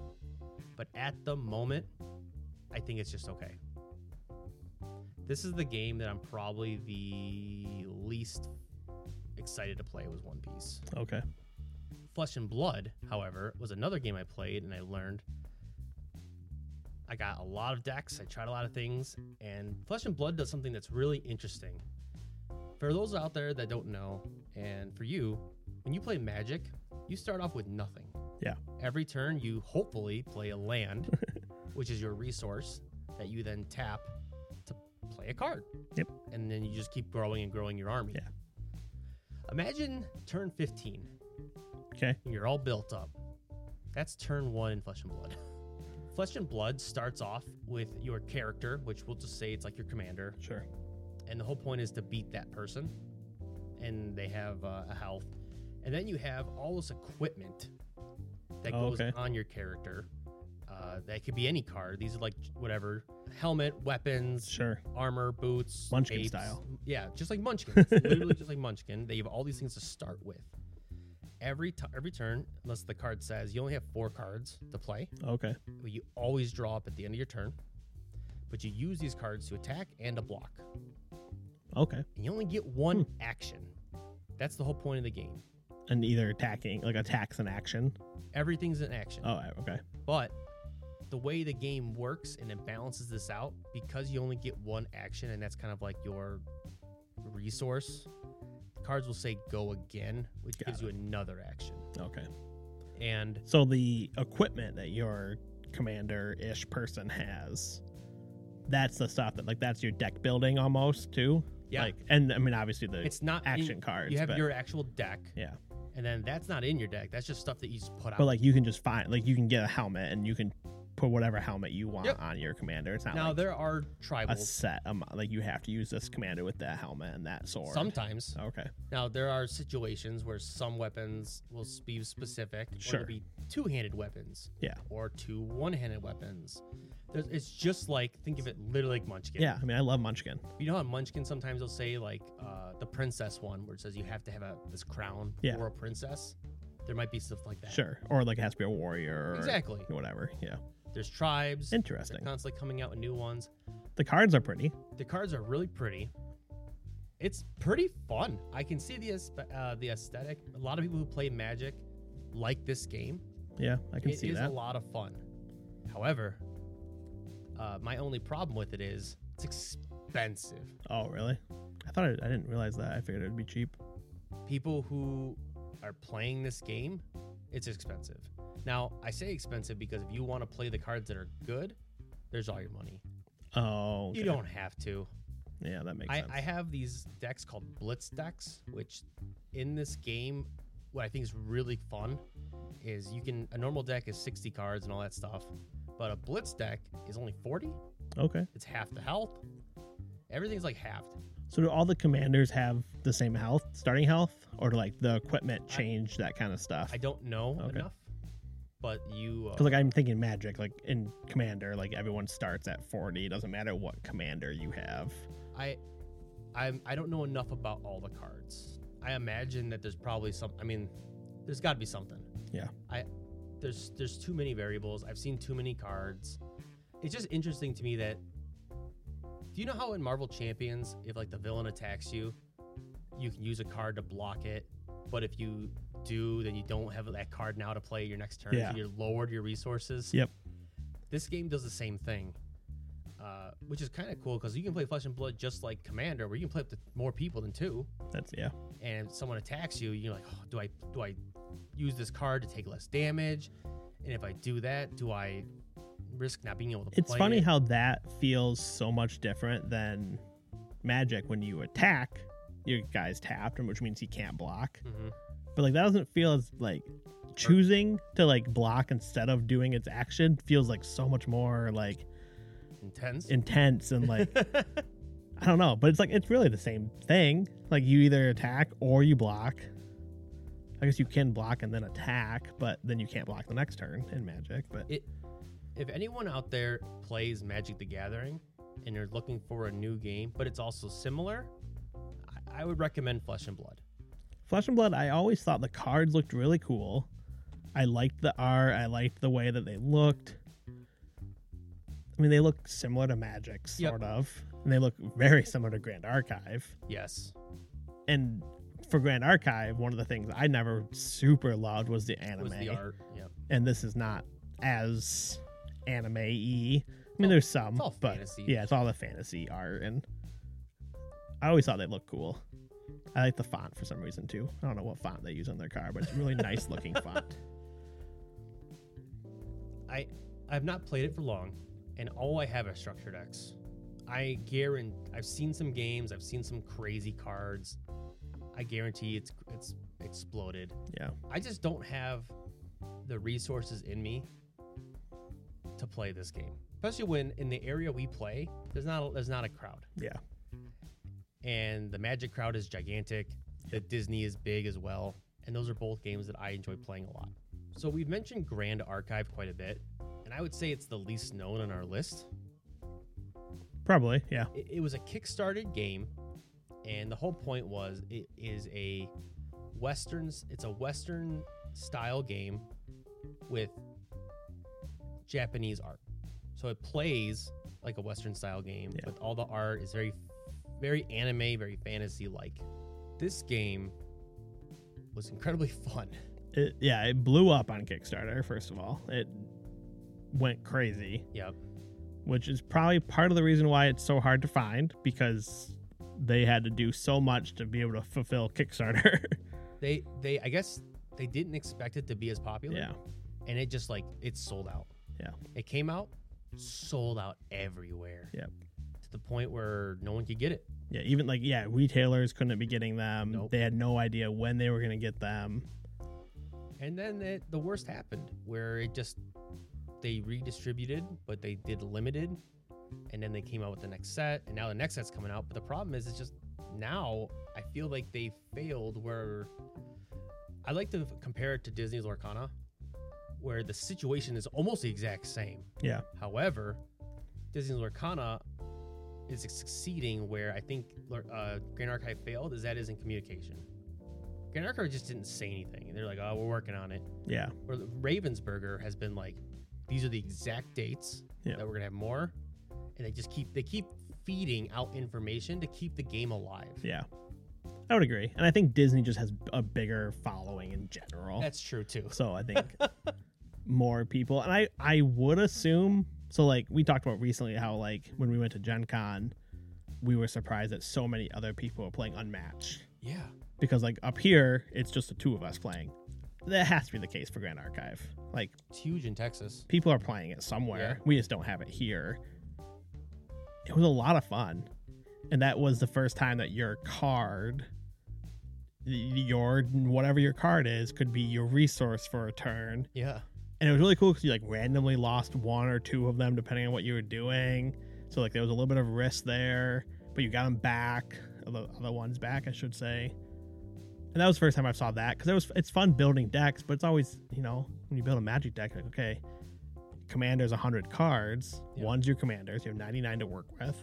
S1: but at the moment, I think it's just okay. This is the game that I'm probably the least excited to play was One Piece.
S2: Okay.
S1: Flesh and Blood, however, was another game I played and I learned. I got a lot of decks, I tried a lot of things, and Flesh and Blood does something that's really interesting. For those out there that don't know, and for you, when you play Magic, you start off with nothing.
S2: Yeah.
S1: Every turn, you hopefully play a
S2: <laughs>
S1: land, which is your resource that you then tap to play a card.
S2: Yep.
S1: And then you just keep growing and growing your army.
S2: Yeah.
S1: Imagine turn 15
S2: Okay.
S1: and you're all built up. That's turn one in Flesh and Blood. <laughs> Flesh and Blood starts off with your character, which we'll just say it's like your commander,
S2: Sure.
S1: and the whole point is to beat that person. And they have uh, a health, and then you have all this equipment that
S2: Oh,
S1: goes
S2: okay.
S1: on your character. Uh, that could be any card. These are like whatever helmet, weapons,
S2: Sure.
S1: armor, boots,
S2: Munchkin
S1: capes.
S2: style.
S1: Yeah, just like Munchkin. It's literally just like Munchkin. They have all these things to start with. Every t- every turn, unless the card says you only have four cards to play,
S2: Okay.
S1: but you always draw up at the end of your turn. But you use these cards to attack and to block.
S2: Okay.
S1: And you only get one
S2: Hmm.
S1: action. That's the whole point of the game.
S2: And either attacking like attacks and action.
S1: Everything's in action.
S2: Oh, okay.
S1: But the way the game works and it balances this out, because you only get one action and that's kind of like your resource, cards will say go again, which
S2: Got
S1: gives you another action.
S2: Okay.
S1: And
S2: So the equipment that your commander ish person has, that's the stuff that like that's your deck building almost too.
S1: yeah,
S2: Like, and I mean, obviously the
S1: it's not in-
S2: action cards.
S1: You have
S2: but,
S1: your actual deck,
S2: yeah,
S1: and then that's not in your deck. That's just stuff that you just put out.
S2: but like you can just find like you can get a helmet and you can put whatever helmet you want
S1: Yep.
S2: on your commander. It's not
S1: now
S2: like
S1: there are
S2: a
S1: tribals
S2: set amount. Like you have to use this commander with that helmet and that sword.
S1: sometimes.
S2: Okay.
S1: Now there are situations where some weapons will s- be specific, or
S2: Sure.
S1: will be two-handed weapons,
S2: Yeah.
S1: or two one-handed weapons. There's, it's just like think of it literally like Munchkin.
S2: Yeah. I mean, I love Munchkin.
S1: you know how in Munchkin sometimes they'll say like uh, the princess one, where it says you have to have a this crown
S2: Yeah.
S1: or a princess. There might be stuff like that.
S2: Sure. Or like it has to be a warrior. Or
S1: exactly.
S2: Whatever. Yeah.
S1: There's tribes. They're
S2: Interesting.
S1: constantly coming out with new ones.
S2: The cards are pretty.
S1: The cards are really pretty. It's pretty fun. I can see the aspe- uh, the aesthetic. A lot of people who play Magic like this game.
S2: Yeah, I can
S1: It
S2: see
S1: is
S2: that.
S1: a lot of fun. However, uh, my only problem with it is it's expensive.
S2: Oh, really? I thought it, I didn't realize that. I figured it would be cheap.
S1: People who are playing this game, it's expensive. Now, I say expensive because if you want to play the cards that are good, there's all your money.
S2: Oh, okay.
S1: You don't have to.
S2: Yeah, that makes
S1: I,
S2: sense.
S1: I have these decks called blitz decks, which in this game, what I think is really fun is you can a normal deck is 60 cards and all that stuff, but a blitz deck is only 40.
S2: okay.
S1: It's half the health. Everything's like halved.
S2: So do all the commanders have the same health, starting health, or do, like the equipment change that kind of stuff?
S1: I don't know
S2: Okay.
S1: enough, but you uh,
S2: Because like I'm thinking magic, like in commander, like everyone starts at 40. It doesn't matter what commander you have.
S1: I I'm I don't know enough about all the cards. I imagine that there's probably some I mean, there's gotta be something.
S2: Yeah.
S1: I there's there's too many variables. I've seen too many cards. It's just interesting to me that do you know how in Marvel Champions, if like the villain attacks you, you can use a card to block it, but if you do, then you don't have that card now to play your next turn.
S2: Yeah.
S1: So you're lowered your resources.
S2: Yep.
S1: This game does the same thing, uh, which is kind of cool because you can play Flesh and Blood just like Commander, where you can play up to more people than two.
S2: That's yeah.
S1: And if someone attacks you, you're like, oh, do I do I use this card to take less damage? And if I do that, do I risk not being able to
S2: It's
S1: play?
S2: funny
S1: it?
S2: how that feels so much different than magic when you attack. Your guy's tapped, which means he can't block.
S1: Mhm.
S2: But like that doesn't feel as like choosing to like block instead of doing its action feels like so much more like
S1: intense.
S2: intense and like I don't know, but it's like it's really the same thing. Like you either attack or you block. I guess you can block and then attack, but then you can't block the next turn in magic. But
S1: if anyone out there plays Magic the Gathering and you're looking for a new game, but it's also similar, I, I would recommend Flesh and Blood.
S2: Flesh and Blood, I always thought the cards looked really cool. I liked the art. I liked the way that they looked. I mean, they look similar to Magic,
S1: Yep.
S2: sort of, and they look very similar to Grand Archive.
S1: Yes.
S2: And for Grand Archive, one of the things I never super loved was the anime,
S1: Was the art. Yep.
S2: and this is not as anime-y. I mean, there's some,
S1: it's all
S2: but
S1: fantasy.
S2: yeah, it's all the fantasy art, and I always thought they looked cool. I like the font for some reason too. I don't know what font they use on their car, but it's
S1: <laughs>
S2: a really nice looking font.
S1: I I've not played it for long, and all I have are structure decks. I guarantee I've seen some games, I've seen some crazy cards. I guarantee it's it's exploded.
S2: Yeah.
S1: I just don't have the resources in me to play this game, especially when in the area we play, there's not there's not a crowd.
S2: Yeah.
S1: and the Magic crowd is gigantic. The Disney is big as well, and those are both games that I enjoy playing a lot. So we've mentioned Grand Archive quite a bit, and I would say it's the least known on our list.
S2: Probably. Yeah.
S1: It, it was a kickstarted game, and the whole point was it is a westerns. It's a western style game with Japanese art, so it plays like a western style game.
S2: Yeah.
S1: With all the art is very, very anime, very fantasy like. This game was incredibly <laughs> fun.
S2: It, yeah. It blew up on Kickstarter, first of all. It went crazy,
S1: Yep.
S2: which is probably part of the reason why it's so hard to find because they had to do so much to be able to fulfill Kickstarter. <laughs>
S1: They they I guess they didn't expect it to be as popular.
S2: yeah.
S1: and it just like it sold out.
S2: Yeah.
S1: It came out, sold out everywhere.
S2: Yep.
S1: To the point where no one could get it.
S2: Yeah, even like yeah, retailers couldn't be getting them.
S1: Nope.
S2: They had no idea when they were going to get them.
S1: And then it, the worst happened where it just they redistributed, but they did limited. And then they came out with the next set, and now the next set's coming out. But the problem is, it's just now I feel like they failed. Where I like to compare it to Disney's Lorcana, where the situation is almost the exact same.
S2: Yeah.
S1: However, Disney's Lorcana is succeeding where I think Lor- uh, Grand Archive failed is that is in communication. Grand Archive just didn't say anything. They're like, oh, we're working on it.
S2: Yeah.
S1: Where Ravensburger has been like, these are the exact dates
S2: Yeah.
S1: that we're gonna have more, and they just keep they keep feeding out information to keep the game alive.
S2: Yeah. I would agree, and I think Disney just has a bigger following in general.
S1: That's true too.
S2: So
S1: <laughs>
S2: I think more people, and I I would assume. So like we talked about recently how like when we went to Gen Con, we were surprised that so many other people were playing Unmatched
S1: Yeah.
S2: because like up here it's just the two of us playing. That has to be the case for Grand Archive. Like
S1: It's huge in Texas.
S2: people are playing it somewhere. We just don't have it here. It was a lot of fun. And that was the first time that your card, y- your whatever your card is, could be your resource for a turn.
S1: Yeah.
S2: And it was really cool because you like randomly lost one or two of them depending on what you were doing. So like there was a little bit of risk there, but you got them back, the other ones back, I should say. And that was the first time I saw that because it was it's fun building decks, but it's always you know when you build a magic deck, like okay, commander's hundred cards,
S1: Yeah.
S2: one's your commanders, you have ninety nine to work with,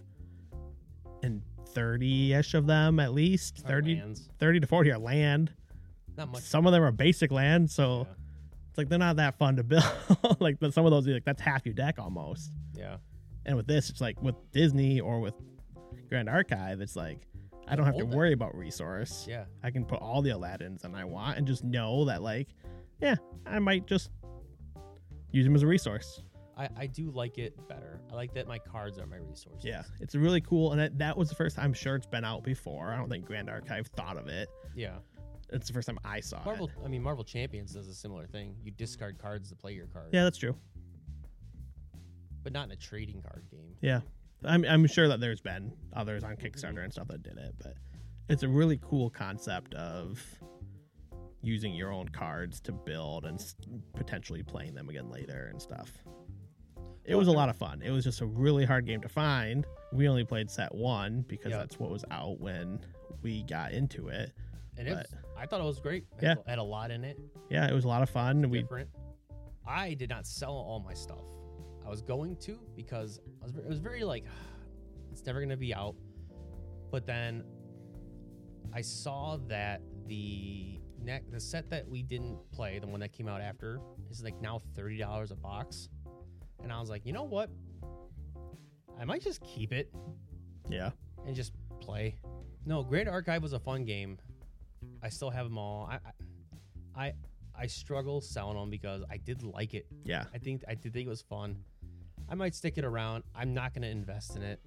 S2: and thirty ish of them at least,
S1: Our
S2: 30,
S1: lands.
S2: 30 to forty are land.
S1: Not much.
S2: Some of them are basic land, so.
S1: Yeah.
S2: It's like they're not that fun to <laughs> build. like but some of those, you're like that's half your deck almost.
S1: Yeah.
S2: And with this, it's like with Disney or with Grand Archive, it's like I don't have to
S1: Hold that.
S2: worry about resource.
S1: Yeah.
S2: I can put all the Aladdins and I want, and just know that like, yeah, I might just use them as a resource.
S1: I, I do like it better. I like that my cards are my resources.
S2: Yeah, it's really cool, and that, that was the first. I'm sure it's been out before. I don't think Grand Archive thought of it.
S1: Yeah.
S2: It's the first time I saw
S1: Marvel
S2: it.
S1: I mean Marvel Champions does a similar thing. You discard cards to play your card.
S2: Yeah, that's true.
S1: But not in a trading card game.
S2: Yeah. I'm, I'm sure that there's been others on Kickstarter and stuff that did it, but it's a really cool concept of using your own cards to build and s- potentially playing them again later and stuff. It was a lot of fun. It was just a really hard game to find. We only played set one because
S1: Yeah.
S2: that's what was out when we got into it.
S1: And it was,
S2: But-
S1: I thought it was great. It
S2: Yeah.
S1: had a lot in it.
S2: Yeah, it was a lot of fun. We
S1: different. I did not sell all my stuff. I was going to because I was, it was very like, <sighs> it's never going to be out. But then I saw that the neck, the set that we didn't play, the one that came out after, is like now thirty dollars a box, and I was like, you know what? I might just keep it
S2: yeah,
S1: and just play. No, Grand Archive was a fun game. I still have them all. I, I, I, I struggle selling them because I did like it.
S2: yeah.
S1: I think I did think it was fun. I might stick it around. I'm not gonna invest in it,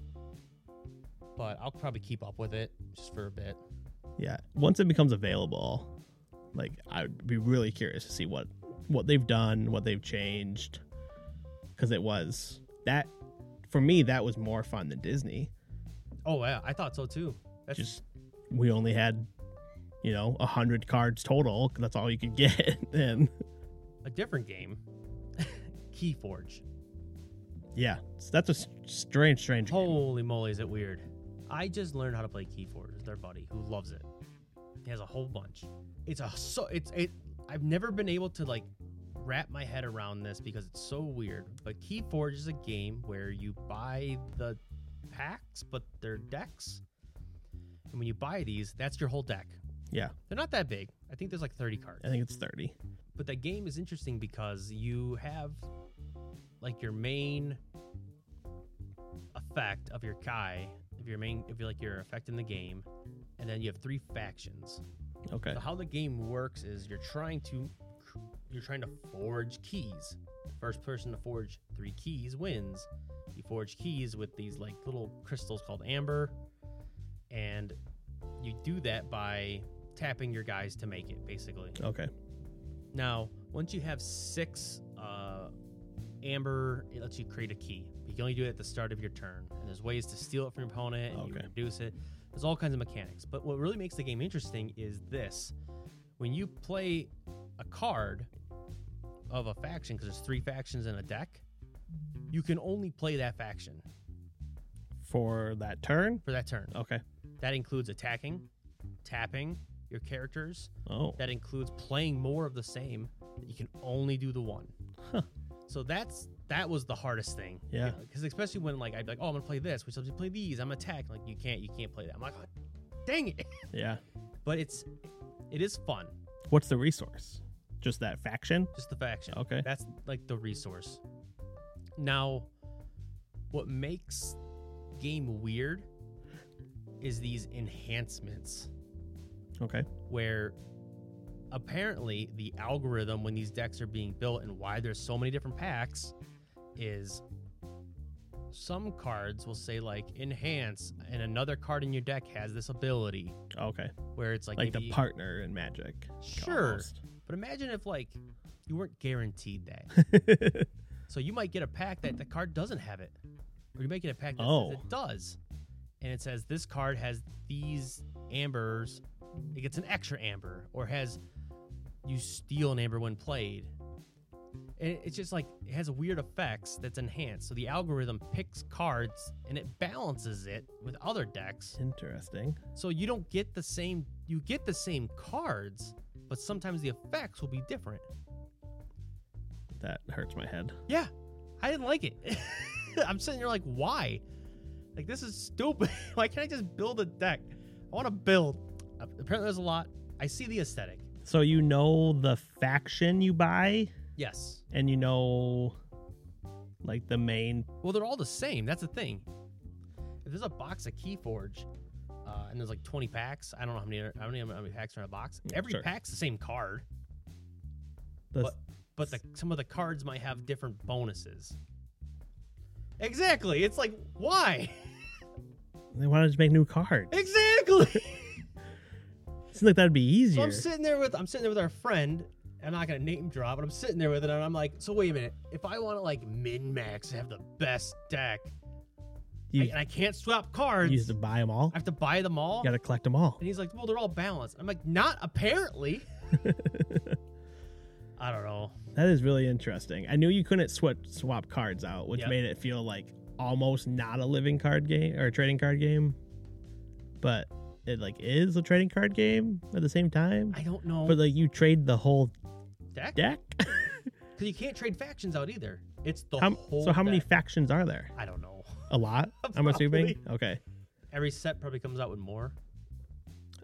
S1: but I'll probably keep up with it just for a bit.
S2: Yeah, once it becomes available, like I'd be really curious to see what what they've done, what they've changed, because it was that for me that was more fun than Disney.
S1: Oh yeah, I thought so too. That's
S2: Just we only had you know a hundred cards total. 'cause that's all you could <laughs> get, and
S1: a different game. <laughs> Keyforge.
S2: yeah, so that's a s- strange, strange. game.
S1: Holy moly, is it weird? I just learned how to play Keyforge. It's their buddy who loves it. He has a whole bunch. It's a so it's it. I've never been able to like wrap my head around this because it's so weird. But Keyforge is a game where you buy the packs, but they're decks. And when you buy these, that's your whole deck.
S2: Yeah,
S1: They're not that big. I think there's like 30 cards
S2: I think it's thirty.
S1: but that game is interesting because you have like your main effect of your Kai, of your main, if you like your effect in the game, and then you have three factions.
S2: Okay,
S1: So how the game works is you're trying to cr- you're trying to forge keys. First person to forge three keys wins. You forge keys with these like little crystals called amber, and you do that by tapping your guys to make it basically.
S2: okay,
S1: Now, once you have six uh, amber, it lets you create a key. You can only do it at the start of your turn. And there's ways to steal it from your opponent and you
S2: Okay.
S1: reduce it. There's all kinds of mechanics. But what really makes the game interesting is this: when you play a card of a faction, because there's three factions in a deck, you can only play that faction
S2: for that turn.
S1: for that turn.
S2: Okay.
S1: That includes attacking, tapping your characters,
S2: Oh,
S1: that includes playing more of the same. You can only do the one.
S2: Huh.
S1: So that's that was the hardest thing.
S2: Yeah.
S1: Because especially when like I'd be like, oh, I'm gonna play this, which I'm gonna play these. I'm attack. Like you can't, you can't play that. I'm like, "Oh, dang it. <laughs>
S2: yeah.
S1: But it's, it is fun.
S2: What's the resource? Just that faction.
S1: Just the faction.
S2: Okay.
S1: That's like the resource. Now, what makes game weird is these enhancements.
S2: Okay.
S1: where apparently the algorithm when these decks are being built and why there's so many different packs is some cards will say like enhance and another card in your deck has this ability
S2: Okay.
S1: where it's like
S2: Like the
S1: maybe-
S2: partner in Magic.
S1: sure <laughs>
S2: almost.
S1: but imagine if like you weren't guaranteed that so you might get a pack that the card doesn't have it or you might get a pack that
S2: Oh.
S1: says it does and it says this card has these ambers it gets an extra amber or has you steal an amber when played and it- it's just like it has weird effects that's enhanced so the algorithm picks cards and it balances it with other decks
S2: Interesting.
S1: so you don't get the same you get the same cards but sometimes the effects will be different
S2: That hurts my head.
S1: yeah, I didn't like it. <laughs> I'm sitting there like, why? Like this is stupid. <laughs> why can't I just build a deck? I want to build. Apparently, there's a lot. I see the aesthetic.
S2: So you know the faction you buy,
S1: Yes.
S2: and you know, like the main.
S1: Well, they're all the same. That's the thing. If there's a box of Keyforge, uh, and there's like 20 packs, I don't know how many. I don't know how many packs are in a box.
S2: Yeah,
S1: Every
S2: sure.
S1: pack's the same card,
S2: The,
S1: but the, some of the cards might have different bonuses. Exactly. It's like why? <laughs>
S2: They wanted to make new cards.
S1: Exactly.
S2: Seems like that'd be
S1: So
S2: easier.
S1: I'm sitting there with I'm sitting there with our friend. I'm not gonna name drop, but I'm sitting there with it, and I'm like, so wait a minute. If I want to like min max have the best deck, I-
S2: you
S1: and I can't swap cards,
S2: you used to buy them all.
S1: I have to buy them all.
S2: You got to collect them all.
S1: and he's like, well, they're all balanced. I'm like, not
S2: <laughs>
S1: apparently. I don't know.
S2: That is really interesting. I knew you couldn't swap swap cards out, which
S1: Yep.
S2: made it feel like almost not a living card game or a trading card game, but it like is a trading card game at the same time.
S1: I don't know
S2: But like you trade the whole
S1: deck
S2: deck.
S1: because you can't trade factions out either. It's the
S2: <laughs> How-
S1: whole.
S2: so how many
S1: deck.
S2: factions are there?
S1: I don't know. <laughs>
S2: A lot. I'm assuming. Okay.
S1: Every set probably comes out with more.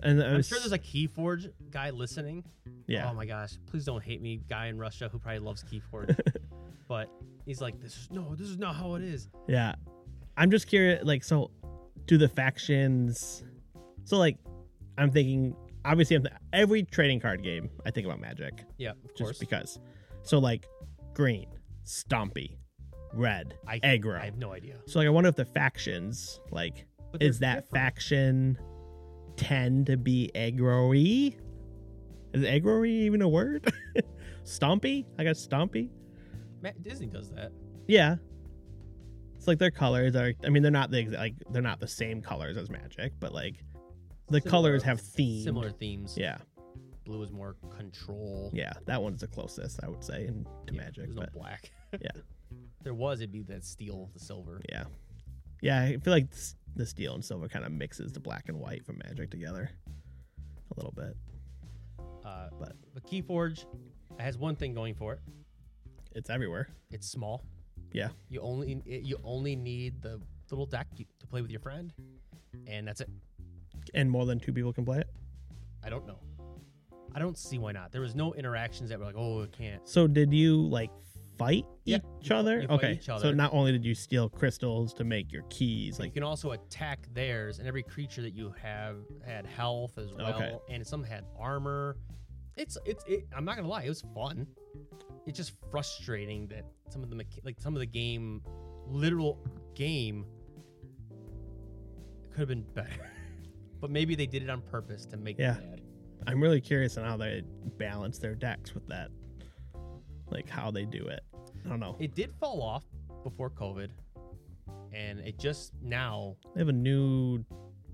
S2: And
S1: I'm sure there's a Keyforge guy listening
S2: yeah.
S1: Oh my gosh! Please don't hate me, guy in Russia who probably loves
S2: <laughs>
S1: Keyforge, but he's like, "This is no, this is not how it is."
S2: Yeah. I'm just curious, like, so do the factions. So, like, I'm thinking, obviously, I'm th- every trading card game, I think about magic
S1: Yeah, of
S2: just
S1: course.
S2: because. So, like, green, stompy, red,
S1: I,
S2: aggro.
S1: I have no idea.
S2: so, like, I wonder if the factions, like,
S1: But
S2: is
S1: they're
S2: that
S1: different.
S2: faction tend to be aggro y? Is aggro y even a word? <laughs> stompy? I got stompy?
S1: Matt Disney does that.
S2: Yeah. It's like their colors are. I mean, they're not the exa- like they're not the same colors as Magic, but like the
S1: Similar-
S2: colors have themes.
S1: Similar themes.
S2: Yeah,
S1: Blue is more control.
S2: yeah. That one's the closest I would say in, to
S1: Yeah,
S2: Magic.
S1: There's no
S2: But
S1: black.
S2: <laughs> Yeah.
S1: <laughs> there was, it'd be that steel, the silver.
S2: yeah, yeah. I feel like s- the steel and silver kind of mixes the black and white from Magic together a little bit.
S1: Uh, but
S2: But-
S1: but Keyforge has one thing going for it.
S2: It's everywhere.
S1: It's small.
S2: Yeah.
S1: You only it, you only need the little deck you- to play with your friend, and that's it.
S2: and more than two people can play it.
S1: I don't know. I don't see why not. There was no interactions that were like, oh, it can't.
S2: So did you like fight
S1: Yeah,
S2: each
S1: you fi-
S2: other?
S1: you fight
S2: okay,
S1: each
S2: so
S1: other.
S2: not only did you steal crystals to make your keys,
S1: Like, you
S2: like
S1: can also attack theirs, and every creature that you have had health as well,
S2: Okay.
S1: and some had armor. It's it's. It, I'm not gonna lie, it was fun. It's just frustrating that some of the mecha- like some of the game, literal game, could have been better. <laughs> but maybe they did it on purpose to make
S2: Yeah.
S1: it bad.
S2: I'm really curious on how they balance their decks with that, like how they do it. I don't know.
S1: It did fall off before COVID, and it just now
S2: They have a new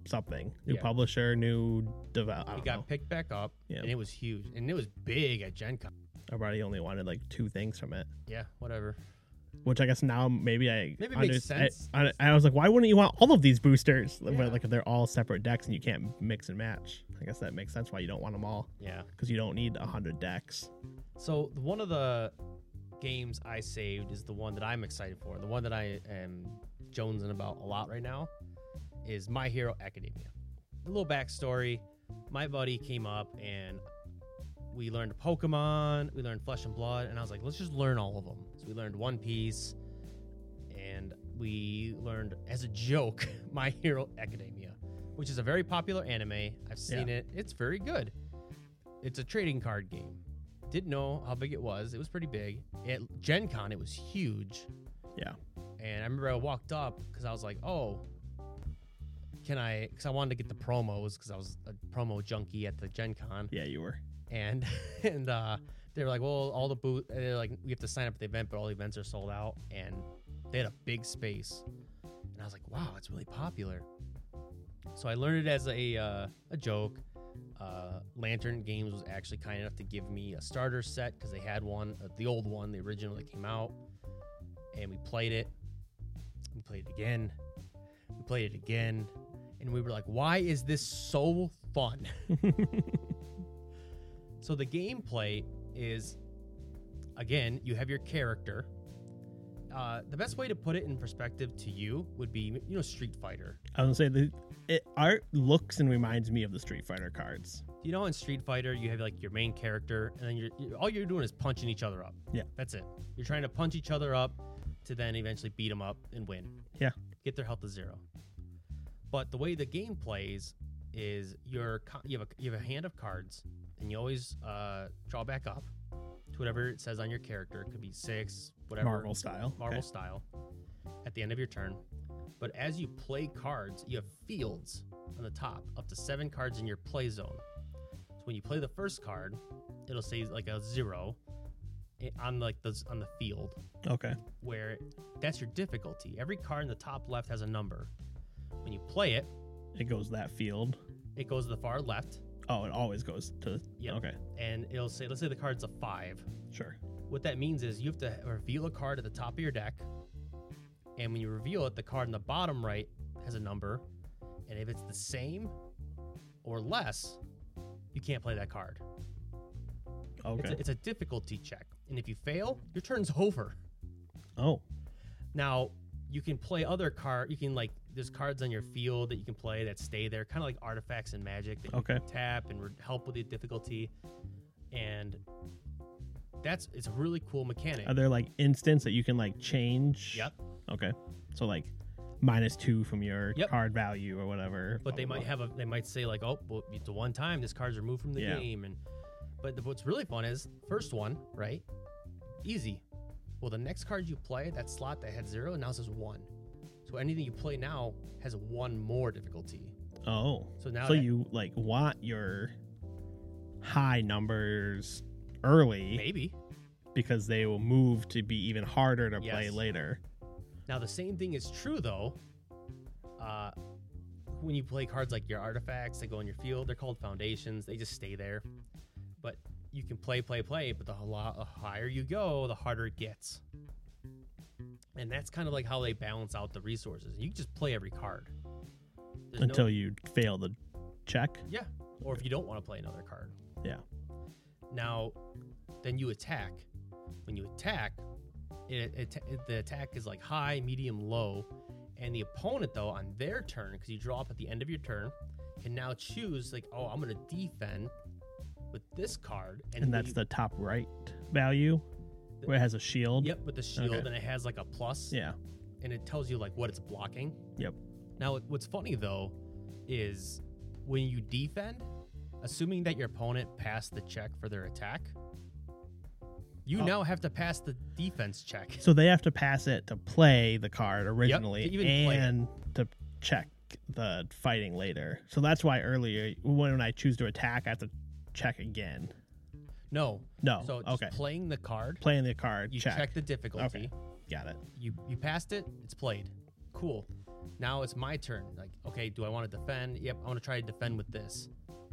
S2: something, new
S1: Yeah.
S2: publisher, new develop. I
S1: it
S2: don't
S1: got
S2: know.
S1: picked back up,
S2: Yeah.
S1: and it was huge, and it was big at Gen Con.
S2: I probably only wanted like two things from it,
S1: Yeah, whatever.
S2: which I guess now maybe I
S1: Maybe it makes
S2: under- I-
S1: sense.
S2: I, I was like, why wouldn't you want all of these boosters?
S1: Yeah.
S2: But like if they're all separate decks and you can't mix and match, I guess that makes sense why you don't want them all
S1: Yeah.
S2: because you don't need a hundred decks.
S1: So the- one of the games I saved is the one that I'm excited for. The one that I am jonesing about a lot right now is My Hero Academia. A little backstory: my buddy came up and we learned Pokemon, we learned Flesh and Blood, and I was like, let's just learn all of them. So we learned One Piece, <laughs> and we learned as a joke My Hero Academia, which is a very popular anime. I've seen
S2: Yeah.
S1: it. It's very good. It's a trading card game. Didn't know how big it was. It was pretty big. At Gen Con, it was huge.
S2: Yeah.
S1: And I remember I walked up because I was like, oh, can I? Because I wanted to get the promos because I was a promo junkie at the Gen Con
S2: Yeah, you were.
S1: and <laughs> and uh, they were like, well, all the booth, they're like, we have to sign up at the event, but all the events are sold out, and they had a big space, and I was like, wow, it's really popular. So I learned it as a uh, a joke. Uh, Lantern Games was actually kind enough to give me a starter set because they had one, uh, the old one, the original that came out, and we played it. We played it again. We played it again, and we were like, why is this so fun? <laughs> So the gameplay is, again, you have your character. Uh, the best way to put it in perspective to you would be, you know, Street Fighter.
S2: I was gonna say the it, art looks and reminds me of the Street Fighter cards.
S1: You know, in Street Fighter, you have like your main character, and then you're, you all you're doing is punching each other up.
S2: Yeah.
S1: that's it. You're trying to punch each other up to then eventually beat them up and win.
S2: Yeah.
S1: get their health to zero. But the way the game plays is your co- you have a you have a hand of cards, and you always uh, draw back up to whatever it says on your character. It could be six, whatever.
S2: Marvel style.
S1: Marvel style at the end of your turn. But as you play cards, you have fields on the top, up to seven cards in your play zone. So when you play the first card, it'll say like a zero i- on like the on the field
S2: Okay. Okay.
S1: where that's your difficulty. Every card in the top left has a number. When you play it,
S2: It goes that field.
S1: it goes to the far left,
S2: Oh, it always goes to.
S1: Yep.
S2: Okay.
S1: and it'll say let's say the card's a five.
S2: Sure.
S1: What that means is you have to reveal a card at the top of your deck, and when you reveal it, the card in the bottom right has a number, and if it's the same or less, you can't play that card. It's,
S2: Okay.
S1: a, it's a difficulty check, and if you fail, your turn's <laughs> over.
S2: oh.
S1: Now you can play other card. You can like there's cards on your field that you can play that stay there, kind of like artifacts and magic that you
S2: Okay.
S1: tap and re- help with the difficulty, and that's it's a really cool mechanic.
S2: Are there like instants that you can like change?
S1: Yep.
S2: Okay. So like minus two from your
S1: Yep.
S2: card value or whatever.
S1: But they
S2: blah,
S1: might
S2: blah,
S1: have a they might say like, oh, well, it's a one time this card's removed from the
S2: Yeah.
S1: game, and but the, what's really fun is first one right, easy. Well, the next card you play, that slot that had zero now says one. So anything you play now has one more difficulty.
S2: blah. Oh.
S1: So now
S2: so
S1: that-
S2: you like want your high numbers early
S1: maybe
S2: because they will move to be even harder to play
S1: Yes.
S2: later.
S1: now the same thing is true though. Uh, when you play cards like your artifacts, they go in your field. They're called foundations. They just stay there. But you can play, play, play. But the lo- the higher you go, the harder it gets. And that's kind of like how they balance out the resources. You can just play every card There's no-
S2: until you fail the check.
S1: yeah, or if you don't want to play another card.
S2: Yeah.
S1: Now, then you attack. When you attack, it, it, it- the attack is like high, medium, low, and the opponent though on their turn, because you draw up at the end of your turn, can now choose like, oh, I'm going to defend with this card,
S2: And
S1: then
S2: that's
S1: you-
S2: the top right value where it has a shield.
S1: yep with the shield,
S2: Okay.
S1: and it has like a plus,
S2: Yeah.
S1: and it tells you like what it's blocking.
S2: Yep.
S1: Now, what- what's funny though is when you defend, assuming that your opponent passed the check for their attack, you
S2: Oh.
S1: now have to pass the defense check. <laughs>
S2: So they have to pass it to play the card originally
S1: to even play it.
S2: and to check the fighting later. So that's why earlier when I choose to attack, I have to check again.
S1: No.
S2: No.
S1: So just
S2: okay.
S1: playing the card,
S2: Playing the card.
S1: you check,
S2: check.
S1: the difficulty.
S2: Okay. Got it.
S1: You you passed it, it's played. Cool. Now it's my turn. Like, okay, do I want to defend? Yep, I want to try to defend with this.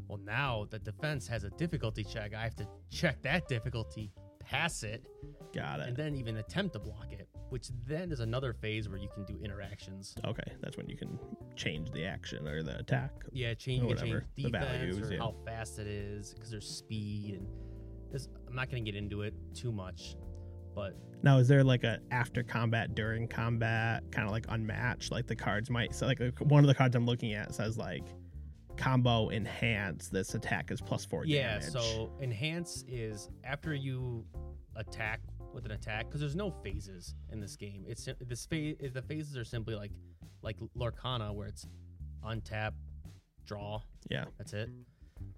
S1: Well, now the defense has a difficulty check. I have to check that difficulty, pass it,
S2: Got
S1: and
S2: it.
S1: then even attempt to block it, which then is another phase where you can do interactions.
S2: Okay. That's when you can change the action or the attack.
S1: Yeah, change,
S2: Or
S1: you can change
S2: whatever, the
S1: defense
S2: values,
S1: or
S2: yeah.
S1: how fast it is because there's speed and there's, I'm not going to get into it too much, but
S2: Now, is there like a after combat, during combat, kind of like unmatched? Like the cards might so like one of the cards I'm looking at says like combo enhance. This attack is plus four
S1: yeah.
S2: damage.
S1: So enhance is after you attack with an attack because there's no phases in this game. It's sim- this phase. The phases are simply like like Lorcana where it's untap, draw.
S2: Yeah.
S1: That's it.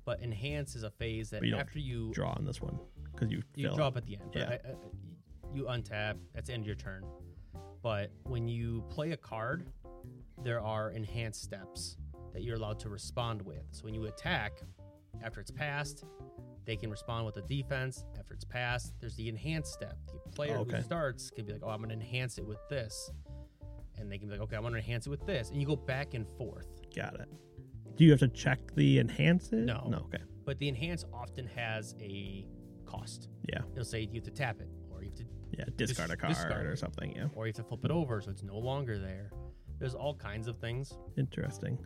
S1: But enhance is a phase that
S2: But you don't
S1: after you
S2: Draw on this one because you,
S1: you
S2: fill.
S1: draw up at the end. but
S2: Yeah.
S1: I- I- you untap. That's the end of your turn. But when you play a card, there are enhanced steps that you're allowed to respond with. So when you attack, after it's passed, they can respond with a defense. After it's passed, there's the enhanced step. The player
S2: Oh, okay.
S1: who starts can be like, "Oh, I'm going to enhance it with this," and they can be like, "Okay, I'm going to enhance it with this," and you go back and forth.
S2: Got it. Do you have to check the enhance it?
S1: No.
S2: No. Okay.
S1: But the enhance often has a cost.
S2: Yeah.
S1: It'll say you have to tap it, or you have to
S2: Yeah. Discard a
S1: Dis-
S2: card
S1: discard
S2: or
S1: it.
S2: something. Yeah.
S1: or you have to flip it over so it's no longer there. There's all kinds of things.
S2: Interesting.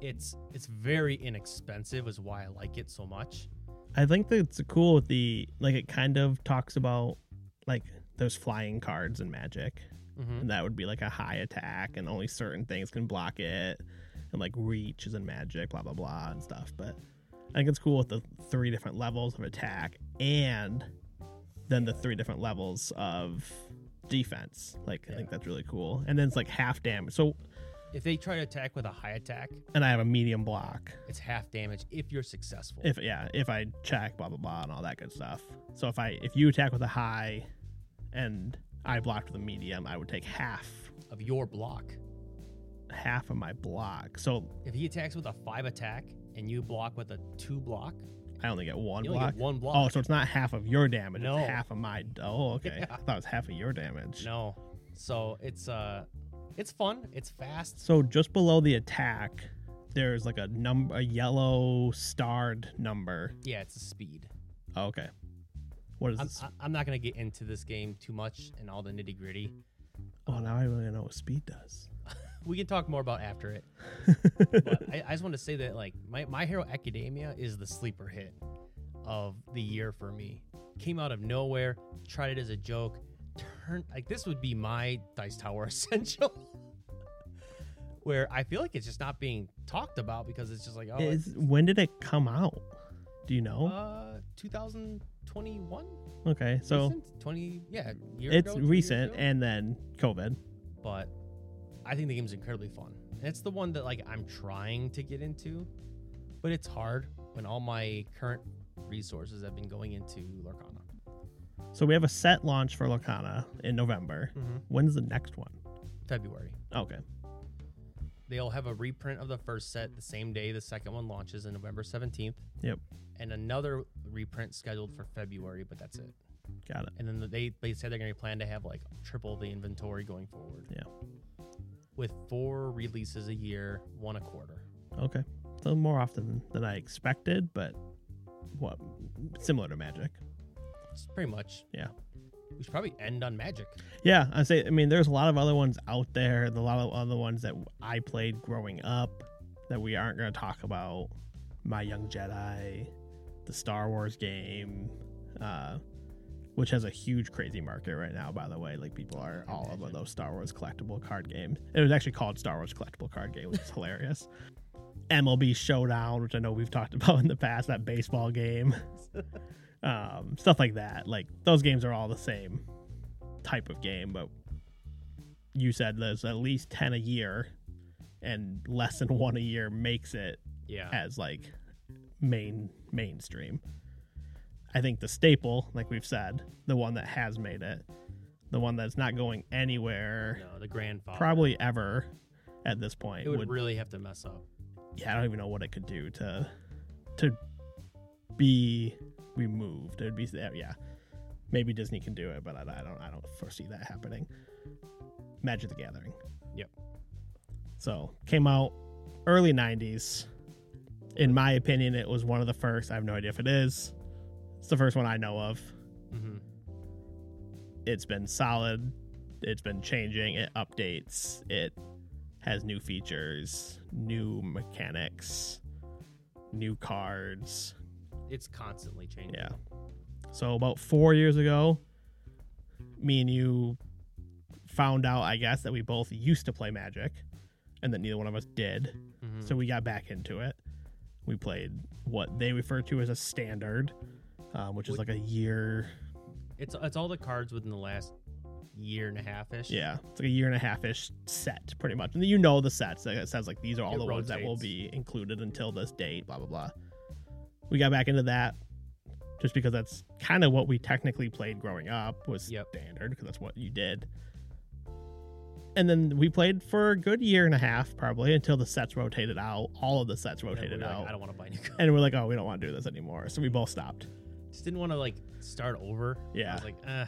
S1: It's it's very inexpensive is why I like it so much.
S2: I think that's cool with the like it kind of talks about like those flying cards in Magic,
S1: Mhm.
S2: and that would be like a high attack, and only certain things can block it, and like reach is in Magic, blah blah blah, and stuff. But I think it's cool with the three different levels of attack, and then the three different levels of defense. Like I think that's really cool, and then it's like half damage. So
S1: If they try to attack with a high attack,
S2: and I have a medium block.
S1: it's half damage if you're successful.
S2: if yeah if i check blah blah blah and all that good stuff so if i if you attack with a high and i blocked with a medium i would take half
S1: of your block.
S2: half of my block so
S1: If he attacks with a five attack and you block with a two block,
S2: i only get one
S1: you only
S2: block
S1: get one block.
S2: oh so it's not half of your damage
S1: No.
S2: it's half of my
S1: <laughs>
S2: oh okay
S1: Yeah.
S2: i thought it was half of your damage
S1: no. So it's uh it's fun, it's fast.
S2: so just below the attack there's like a number a yellow starred number
S1: Yeah, it's a speed.
S2: oh, okay what is
S1: I'm,
S2: this
S1: I- I'm not gonna get into this game too much and all the nitty gritty.
S2: oh now i really know what speed does
S1: We can talk more about after
S2: <laughs>
S1: it. but I, I just want to say that like my, my Hero Academia is the sleeper hit of the year for me. Came out of nowhere, tried it as a joke, turned like this would be my Dice Tower <laughs> essential. Where I feel like it's just not being talked about because it's just like oh it's,
S2: is when did it come out do you know
S1: uh 2021
S2: okay so
S1: recent? 20 yeah year
S2: it's
S1: ago, two years
S2: recent
S1: ago?
S2: and then covid
S1: but I think the game's incredibly fun. And it's the one that like I'm trying to get into, but it's hard when all my current resources have been going into Lorcana.
S2: so we have a set launch for locana in november when's the next one
S1: February.
S2: okay
S1: They'll have a reprint of the first set the same day the second one launches on November 17th.
S2: Yep.
S1: And another reprint scheduled for February, but that's it.
S2: got it
S1: And then they they said they're going to plan to have like triple the inventory going forward.
S2: Yeah.
S1: With four releases a year, one a quarter.
S2: okay so more often than i expected but what similar to magic
S1: It's pretty much.
S2: Yeah.
S1: We should probably end on magic.
S2: yeah i say i mean there's a lot of other ones out there and a lot of other ones that i played growing up that we aren't going to talk about my young jedi the star wars game uh which has a huge crazy market right now by the way like people are all over those star wars collectible card games it was actually called star wars collectible card game which is hilarious <laughs> mlb showdown which i know we've talked <laughs> about in the past that baseball game <laughs> um, stuff like that like those games are all the same type of game but you said there's at least 10 a year and less than one a year makes it
S1: Yeah.
S2: as like main mainstream. I think the staple, like we've said, the one that has made it, the one that's not going anywhere
S1: No, the grandfather.
S2: probably ever at this point.
S1: It would,
S2: would-
S1: really have to mess up.
S2: yeah, I don't even know what it could do to to be removed. It'd be yeah. Maybe Disney can do it, but I, I don't I don't foresee that happening. Magic the Gathering.
S1: Yep.
S2: So came out early '90s. In my opinion, it was one of the first. I have no idea if it is. It's the first one I know of.
S1: hmm
S2: It's been solid. It's been changing. It updates. It has new features, new mechanics, new cards.
S1: It's constantly changing.
S2: Yeah. So about four years ago, me and you found out, I guess, that we both used to play Magic, and that neither one of us did.
S1: Mhm.
S2: So we got back into it. We played what they refer to as a standard, um, which is
S1: Wh-
S2: like a year.
S1: It's it's all the cards within the last year and a half ish.
S2: Yeah, it's like a year and a half ish set, pretty much. And you know the sets. Like, It says like these are all
S1: It
S2: the ones that will
S1: rotates.
S2: be included until this date. Blah blah blah. We got back into that just because that's kind of what we technically played growing up was
S1: Yep.
S2: standard because that's what you did. And then we played for a good year and a half, probably until the sets rotated out. All of the sets
S1: And then
S2: rotated
S1: we were like,
S2: out,
S1: I don't want to buy new cars.
S2: and we're like, oh, we don't want to do this anymore. So we both stopped.
S1: <laughs> Just didn't want to like start over. I
S2: Yeah.
S1: was like, eh,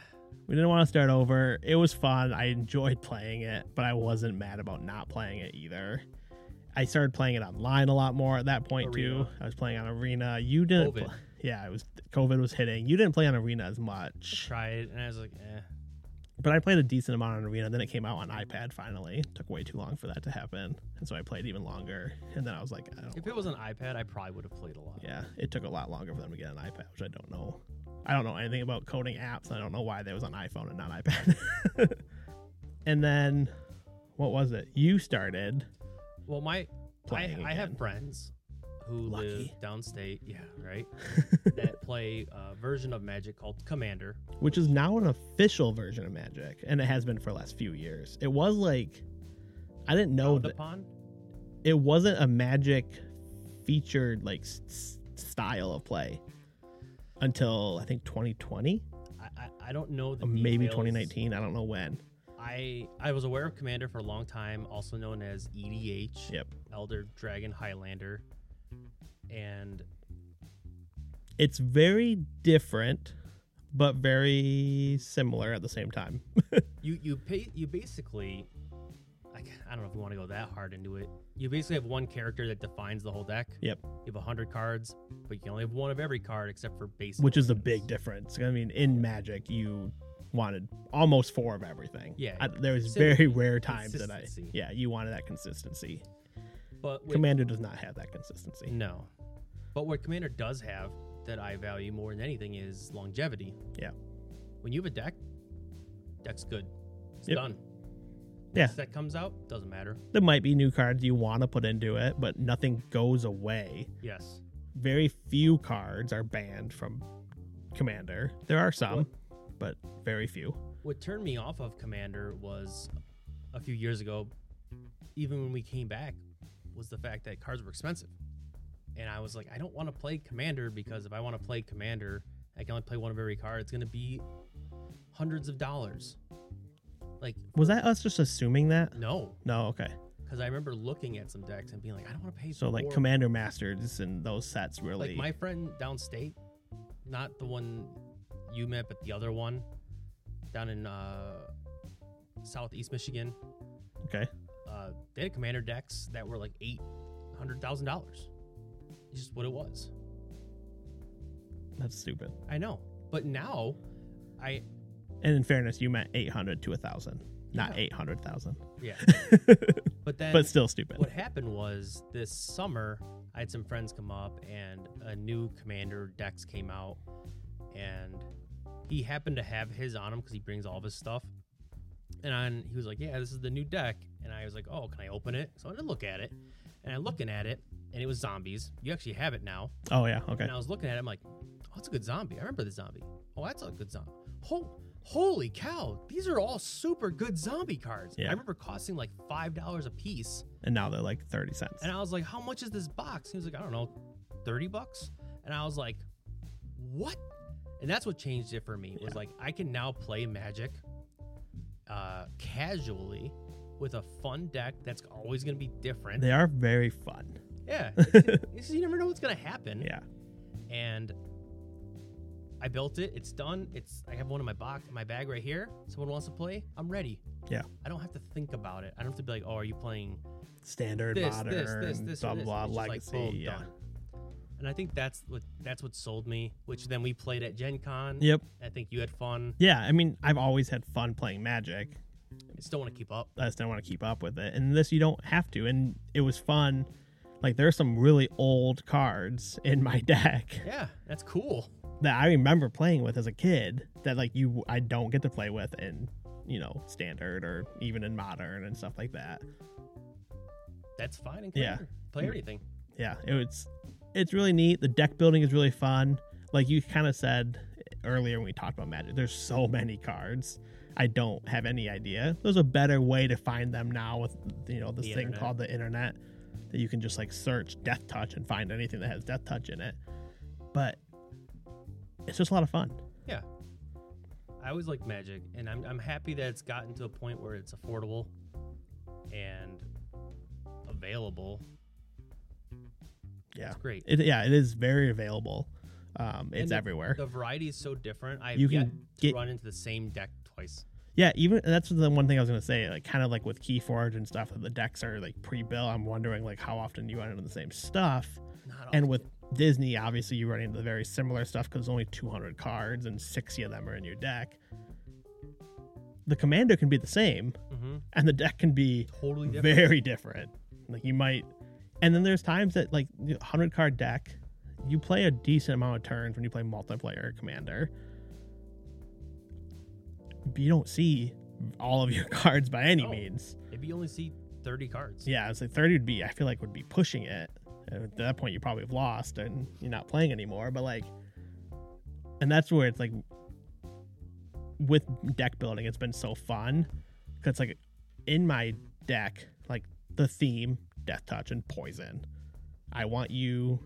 S2: We didn't want to start over. It was fun. I enjoyed playing it, but I wasn't mad about not playing it either. I started playing it online a lot more at that point too.
S1: Arena.
S2: I was playing on Arena. You didn't.
S1: COVID.
S2: pl- yeah, it was COVID was hitting. You didn't play on Arena as much,
S1: try it, and I was like, eh.
S2: but I played a decent amount on Arena. Then it came out on iPad. Finally, took way too long for that to happen, and so I played even longer. And then I was like, I don't.
S1: If it was an iPad, I probably would have played a lot.
S2: Yeah, it took a lot longer for them to get an iPad, which I don't know. I don't know anything about coding apps. I don't know why there was on iPhone and not iPad. <laughs> and then, what was it? You started
S1: Well, my I,
S2: playing.
S1: I have
S2: again.
S1: friends who live
S2: Lucky.
S1: downstate, yeah, right, that <laughs> play a version of Magic called Commander.
S2: <laughs> which is now an official version of Magic, and it has been for the last few years. It was like, I didn't know
S1: Frowned
S2: that
S1: upon.
S2: it wasn't a Magic featured like s- s- style of play until I think 2020,
S1: I, I, I don't know the
S2: or maybe
S1: details.
S2: 2019. I don't know when.
S1: I I was aware of Commander for a long time, also known as EDH,
S2: Yep.
S1: Elder Dragon Highlander, and
S2: it's very different but very similar at the same time
S1: you you pay you basically I, ca- I don't know if we want to go that hard into it. You basically have one character that defines the whole deck.
S2: Yep.
S1: You have hundred cards, but you can only have one of every card except for basic.
S2: which is the
S1: ones.
S2: big difference i mean in magic you wanted almost four of everything
S1: Yeah.
S2: I, there was
S1: Consistency.
S2: very rare times that i
S1: Consistency.
S2: yeah you wanted that consistency
S1: But with,
S2: commander does not have that consistency
S1: no. But what Commander does have that I value more than anything is longevity.
S2: Yeah.
S1: When you have a deck, deck's good. It's
S2: Yep.
S1: done.
S2: Yeah.
S1: Next Deck comes out, doesn't matter.
S2: there might be new cards you want to put into it but nothing goes away
S1: Yes.
S2: very few cards are banned from commander there are some but very few
S1: What turned me off of Commander was a few years ago, even when we came back, was the fact that cards were expensive. And I was like, I don't want to play Commander because if I want to play Commander, I can only play one of every card. It's going to be hundreds of dollars. Like,
S2: was that us just assuming that
S1: no.
S2: no okay
S1: Because I remember looking at some decks and being like, I don't want to pay
S2: So like
S1: four-
S2: Commander Masters and those sets really.
S1: Like my friend downstate, not the one you met, but the other one down in uh, southeast Michigan.
S2: okay.
S1: uh, they had commander decks that were like eight hundred thousand dollars. It's just what it was.
S2: That's stupid.
S1: I know, but now, I
S2: And in fairness, you meant 800 to 1000, not
S1: Yeah.
S2: 800,000.
S1: yeah. but then,
S2: <laughs> But still stupid.
S1: what happened was this summer, I had some friends come up, and a new commander decks came out, and he happened to have his on him because he brings all of his stuff. And on, he was like, "Yeah, this is the new deck," and I was like, "Oh, can I open it?" So I did look at it, and I'm looking at it, and it was zombies. You actually have it now.
S2: Oh yeah, okay.
S1: And I was looking at it, I'm like, oh, that's a good zombie. I remember the zombie. Oh, that's a good zombie. Ho- holy cow, these are all super good zombie cards.
S2: Yeah.
S1: I remember costing like $5 a piece.
S2: And now they're like 30 cents.
S1: And I was like, how much is this box? He was like, I don't know, 30 bucks? And I was like, what? And that's what changed it for me. Was
S2: Yeah.
S1: like I can now play Magic uh casually with a fun deck that's always going to be different.
S2: They are very fun. <laughs>
S1: yeah. it's- it's- you never know what's going to happen
S2: Yeah.
S1: and I built it. It's done. It's I have one in my box, my bag right here. Someone wants to play. I'm ready.
S2: Yeah.
S1: I don't have to think about it. I don't have to be like, oh, are you playing
S2: Standard,
S1: this,
S2: modern,
S1: this, this, this,
S2: blah
S1: or this?
S2: blah,
S1: It's just like,
S2: legacy.
S1: boom,
S2: yeah.
S1: done. And I think that's what that's what sold me. Which then we played at Gen Con.
S2: Yep.
S1: I think you had fun.
S2: Yeah, I mean, I've always had fun playing Magic.
S1: I still want to keep up.
S2: I just don't want to keep up with it. And this, you don't have to. And it was fun. Like there's some really old cards in my <laughs> deck
S1: Yeah, that's cool.
S2: that I remember playing with as a kid that like you I don't get to play with in you know standard or even in modern and stuff like that.
S1: That's fine. And
S2: Yeah.
S1: clear. play everything.
S2: Yeah, it was it's really neat. The deck building is really fun. Like you kind of said earlier when we talked about Magic, there's so <laughs> many cards. I don't have any idea. There's a better way to find them now with you know this
S1: The
S2: thing
S1: internet.
S2: called the internet that you can just like search Death Touch and find anything that has Death Touch in it. But it's just a lot of fun.
S1: I always like Magic, and I'm, I'm happy that it's gotten to a point where it's affordable and available.
S2: Yeah.
S1: It's great.
S2: It, yeah, it is very available. Um, it's
S1: And the-
S2: everywhere.
S1: The variety is so different. I've
S2: You
S1: you
S2: can
S1: can
S2: get-
S1: run into the same deck twice.
S2: Yeah, even that's the one thing I was gonna say. Like, kind of like with Keyforge and stuff, that the decks are like pre-built. I'm wondering like how often you run into the same stuff.
S1: Not
S2: And
S1: often.
S2: with Disney, obviously, you run into the very similar stuff because only 200 cards and 60 of them are in your deck. The commander can be the same,
S1: Mhm.
S2: and the deck can be
S1: totally different.
S2: very different. Like you might, and then there's times that like the 100 card deck, you play a decent amount of turns when you play multiplayer commander. But you don't see all of your <laughs> cards by any
S1: No.
S2: means.
S1: Maybe you only see 30 cards.
S2: Yeah, I was like 30 would be. I feel like would be pushing it. At that point, you probably have lost and you're not playing anymore. But like, and that's where it's like with deck building, it's been so fun because like in my deck, like the theme death touch and poison. I want you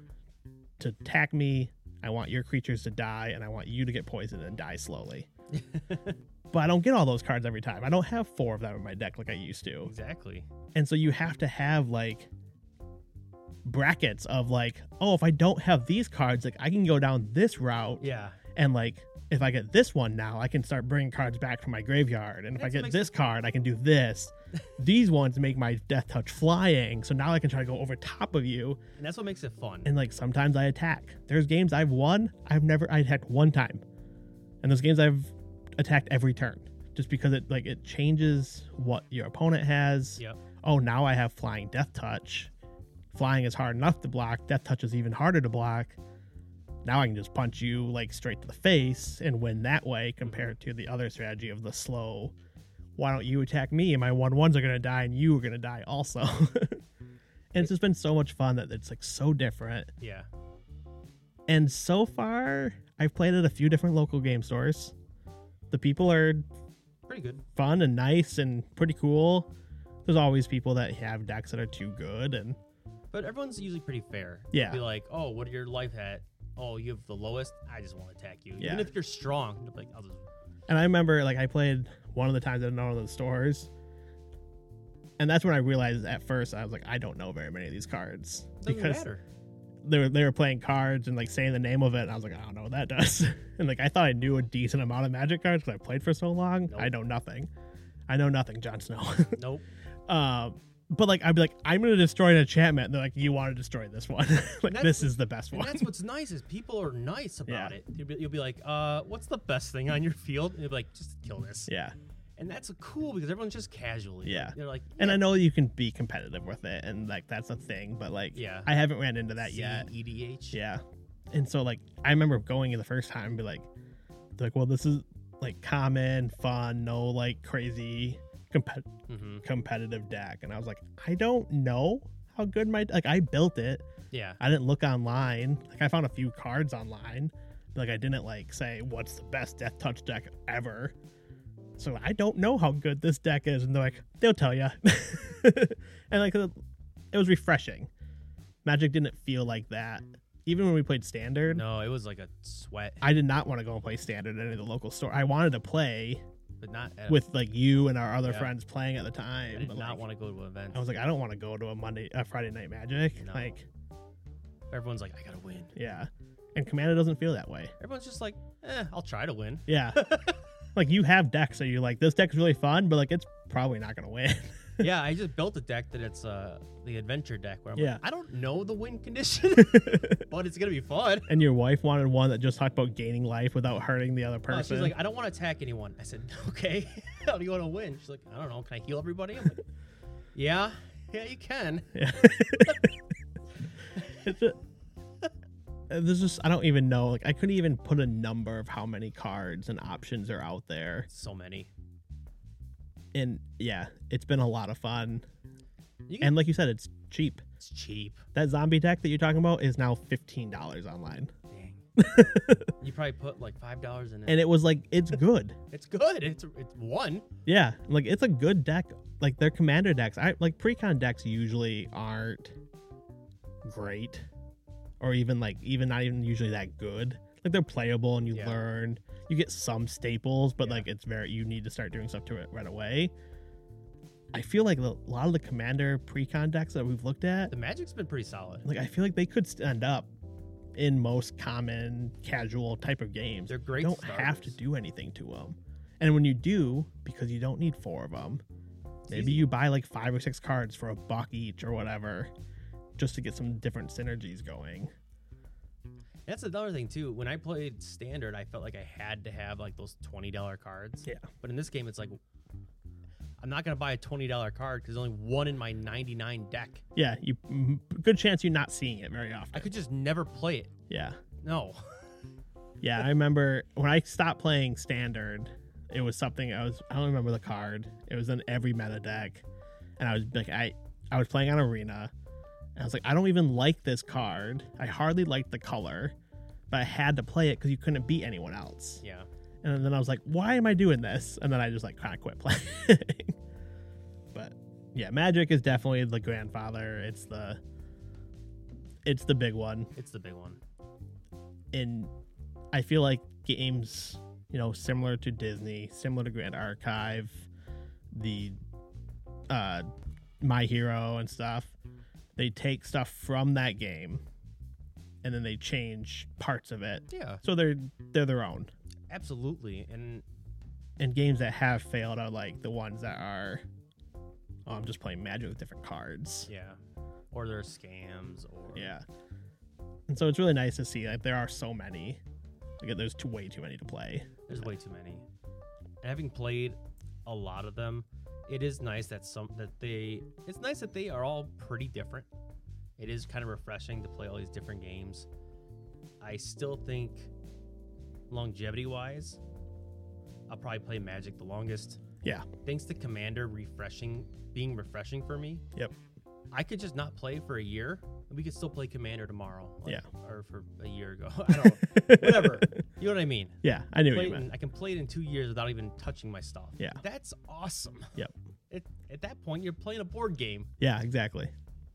S2: to attack me. I want your creatures to die, and I want you to get poisoned and die slowly. but I don't get all those cards every time. I don't have four of them in my deck like I used to.
S1: Exactly.
S2: And so you have to have like brackets of like, oh, if I don't have these cards, like I can go down this route
S1: Yeah.
S2: and like if I get this one now, I can start bringing cards back from my graveyard. And if I
S1: That's what
S2: get
S1: makes
S2: this card, I can do this. These ones make my death touch flying. So now I can try to go over top of you.
S1: And that's what makes it fun.
S2: And like sometimes I attack. There's games I've won, I've never I attacked one time. And those games I've attacked every turn. Just because it like it changes what your opponent has
S1: yep.
S2: oh, now I have flying death touch. Flying is hard enough to block, death touch is even harder to block. Now I can just punch you like straight to the face and win that way compared to the other strategy of the slow. Why don't you attack me? And my one ones are gonna die, and you are gonna die also. <laughs> and it's just been so much fun that it's like so different.
S1: Yeah.
S2: And so far, I've played at a few different local game stores. The people are
S1: Pretty good.
S2: fun and nice and pretty cool. There's always people that have decks that are too good, and
S1: But everyone's usually pretty fair.
S2: Yeah.
S1: Be like, oh, what are your life hat? Oh, you have the lowest. I just want to attack you.
S2: Yeah.
S1: Even if you're strong, they're like, "Oh, I'll just.
S2: and I remember like I played one of the times at one of those stores, and that's when I realized at first I was like I don't know very many of these cards
S1: Doesn't
S2: because
S1: matter.
S2: they were they were playing cards and like saying the name of it, and I was like I don't know what that does, <laughs> and like I thought I knew a decent amount of Magic cards because I played for so long.
S1: Nope.
S2: I know nothing. I know nothing, Jon Snow. <laughs>
S1: Nope.
S2: uh, but like I'd be like I'm gonna destroy an enchantment. And they're like you want to destroy this one. <laughs> like
S1: that's-
S2: this is the best
S1: And
S2: one.
S1: that's what's nice is people are nice about
S2: Yeah.
S1: it. You'll be, you'll be like, uh, what's the best thing on your field? And you'll be like, just kill this.
S2: <laughs> Yeah.
S1: And that's cool because everyone's just casually.
S2: Yeah.
S1: They're like,
S2: And I know you can be competitive with it and like that's a thing, but like
S1: Yeah.
S2: I haven't ran into that
S1: C,
S2: yet.
S1: EDH.
S2: Yeah. And so like I remember going in the first time and be like they're like, well this is like common, fun, no like crazy compet-
S1: Mm-hmm.
S2: competitive deck. And I was like, I don't know how good my like I built it.
S1: Yeah.
S2: I didn't look online. Like I found a few cards online. But, like I didn't like say what's the best death touch deck ever. So I don't know how good this deck is, and they're like they'll tell you. <laughs> and like it was refreshing. Magic didn't feel like that. Even when we played standard,
S1: No, it was like a sweat,
S2: I did not want to go and play standard at any of the local store. I wanted to play
S1: but not at
S2: with like you and our other
S1: Yeah.
S2: friends playing at the time.
S1: I did
S2: but,
S1: not
S2: like,
S1: want to go to events.
S2: I was like, I don't want to go to a Monday, a Friday night Magic.
S1: No.
S2: Like,
S1: Everyone's like, I gotta win.
S2: yeah. And Commander doesn't feel that way.
S1: Everyone's just like, eh, I'll try to win. <laughs>
S2: Yeah. <laughs> like you have decks that you're like, this deck's really fun, but like it's probably not gonna win. <laughs>
S1: yeah, I just built a deck that it's uh the adventure deck where I'm
S2: Yeah.
S1: like, I don't know the win
S2: <laughs>
S1: condition, but it's gonna be fun. <laughs>
S2: and your wife wanted one that just talked about gaining life without hurting the other
S1: Uh,
S2: person.
S1: she's like, I don't want to attack anyone. I said, <laughs> okay. How do you want to win? She's like, I don't know. Can I heal everybody? I'm like, <laughs> yeah, yeah, you can.
S2: yeah. It's just- There's just Uh, I don't even know. Like I couldn't even put a number of how many cards and options are out there.
S1: So many.
S2: And yeah, it's been a lot of fun.
S1: You can,
S2: And like you said, it's cheap.
S1: it's cheap.
S2: That zombie deck that you're talking about is now fifteen dollars online.
S1: Dang. You probably put like five dollars in it.
S2: and it was like it's good.
S1: it's good. It's it's one.
S2: Yeah, like it's a good deck. Like their commander decks, I like precon decks usually aren't great, or even like even not even usually that good. Like they're playable and you
S1: Yeah.
S2: learn. You get some staples, but
S1: Yeah.
S2: like it's very you need to start doing stuff to it right away. I feel like the- a lot of the commander precon decks that we've looked at,
S1: The magic's been pretty solid.
S2: like I feel like they could stand up in most common casual type of games
S1: They're great.
S2: you don't
S1: starters.
S2: have to do anything to them. And when you do, because you don't need four of them,
S1: It's
S2: maybe
S1: easy.
S2: you buy like five or six cards for a buck each or whatever, just to get some different synergies going.
S1: That's another thing too. When I played standard, I felt like I had to have like those twenty dollar cards.
S2: Yeah.
S1: But in this game, it's like I'm not gonna buy a twenty dollar card because there's only one in my ninety nine deck.
S2: Yeah, you m- good chance you're not seeing it very often.
S1: I could just never play it.
S2: Yeah,
S1: <laughs> No.
S2: yeah. I remember when I stopped playing standard, it was something I was I don't remember the card. It was in every meta deck, and I was like I I was playing on arena, and I was like I don't even like this card. I hardly liked the color, but I had to play it because you couldn't beat anyone else.
S1: Yeah.
S2: And then I was like, why am I doing this? And then I just like kind of quit <laughs> playing. but yeah, Magic is definitely the grandfather. It's the it's the big one.
S1: It's the big one.
S2: And I feel like games, you know, similar to Disney, similar to Grand Archive, the uh My Hero and stuff, they take stuff from that game and then they change parts of it.
S1: Yeah.
S2: So they're they're their own
S1: Absolutely. And
S2: and games that have failed are like the ones that are oh, I'm just playing magic with different cards.
S1: yeah. Or there are scams or
S2: Yeah. And so it's really nice to see like there are so many. Like there's too, way too many to play. <laughs>
S1: There's way too many. And having played a lot of them, it is nice that some that they it's nice that they are all pretty different. It is kind of refreshing to play all these different games. I still think longevity wise, I'll probably play Magic the longest.
S2: Yeah.
S1: Thanks to Commander refreshing being refreshing for me.
S2: Yep.
S1: I could just not play for a year and we could still play Commander tomorrow.
S2: Yeah.
S1: Or for a year ago. <laughs> I don't whatever.
S2: <laughs>
S1: You know what I mean?
S2: yeah, I knew what
S1: play
S2: you
S1: it
S2: meant.
S1: in- I can play it in two years without even touching my stuff.
S2: Yeah.
S1: That's awesome.
S2: Yep.
S1: It, at that point, you're playing a board game,
S2: Yeah, exactly.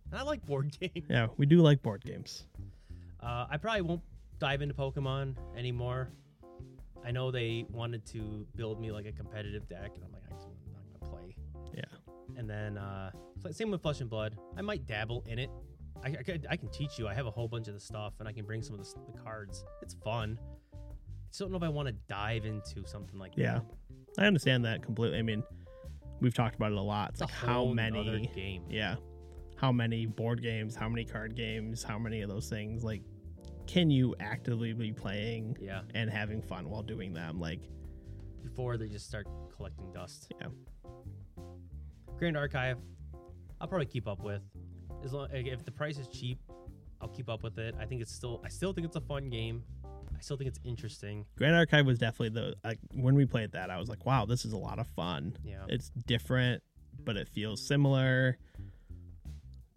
S1: and I like board <laughs> game.
S2: Yeah, we do like board games.
S1: Uh, I probably won't dive into Pokemon anymore. I know they wanted to build me like a competitive deck, and I'm like, I'm not gonna play.
S2: Yeah.
S1: And then uh, it's like- same with Flesh and Blood. I might dabble in it. I, I, could- I can teach you. I have a whole bunch of the stuff, and I can bring some of the, s- the cards. It's fun. I just don't know if I want to dive into something like
S2: Yeah.
S1: that.
S2: I understand that completely. I mean, we've talked about it a lot. It's
S1: It's a
S2: like how
S1: whole nother
S2: many
S1: game?
S2: yeah how many board games how many card games how many of those things like can you actively be playing
S1: Yeah.
S2: and having fun while doing them like
S1: before they just start collecting dust.
S2: Yeah.
S1: Grand Archive, I'll probably keep up with. As long like, if the price is cheap, I'll keep up with it. I think it's still I still think it's a fun game. I still think it's interesting.
S2: grand archive was definitely the like when we played that i was like wow this is a lot of fun
S1: Yeah.
S2: it's different but it feels similar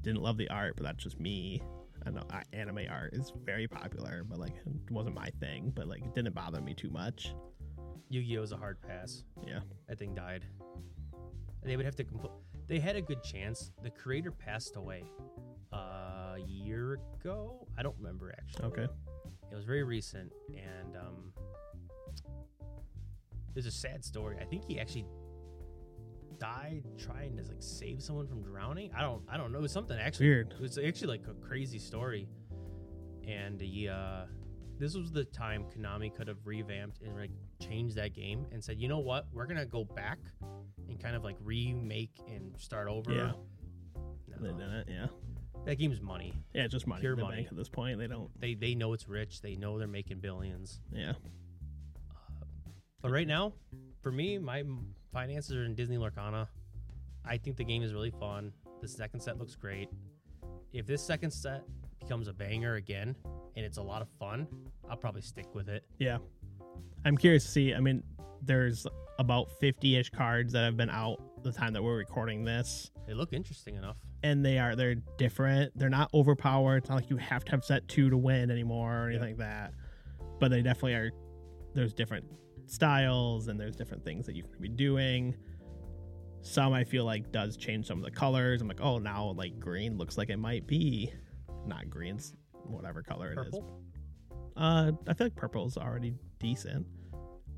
S2: didn't love the art but that's just me i know I, anime art is very popular but like it wasn't my thing but like it didn't bother me too much
S1: Yu-Gi-Oh is a hard pass.
S2: yeah
S1: That thing died. They would have to compl- they had a good chance. The creator passed away uh, a year ago. I don't remember actually.
S2: okay
S1: It was very recent, and um, there's a sad story. I think he actually died trying to like save someone from drowning. I don't, I don't know. It was something actually.
S2: weird
S1: It was actually like a crazy story, and he, uh, this was the time Konami could have revamped and like changed that game and said, you know what, we're gonna go back and kind of like remake and start over.
S2: Yeah. they
S1: No.
S2: didn't yeah
S1: that game's money.
S2: yeah it's just money
S1: Pure
S2: in the
S1: money.
S2: bank at this point they don't
S1: They they know it's rich. They know they're making billions.
S2: yeah
S1: But right now, for me, my m- finances are in Disney Lorcana. I think the game is really fun. The second set looks great. If this second set becomes a banger again and it's a lot of fun, I'll probably stick with it.
S2: Yeah. I'm curious to see. I mean, there's about 50 ish cards that have been out the time that we're recording this,
S1: They look interesting enough.
S2: and they are, they're different. They're not overpowered. It's not like you have to have set two to win anymore or anything
S1: Yeah.
S2: like that. but they definitely are. There's different styles and there's different things that you can be doing. Some I feel like does change some of the colors. I'm like, oh, now like green looks like it might be not greens, whatever color it is.
S1: Purple.
S2: Uh, I feel like purple's already decent.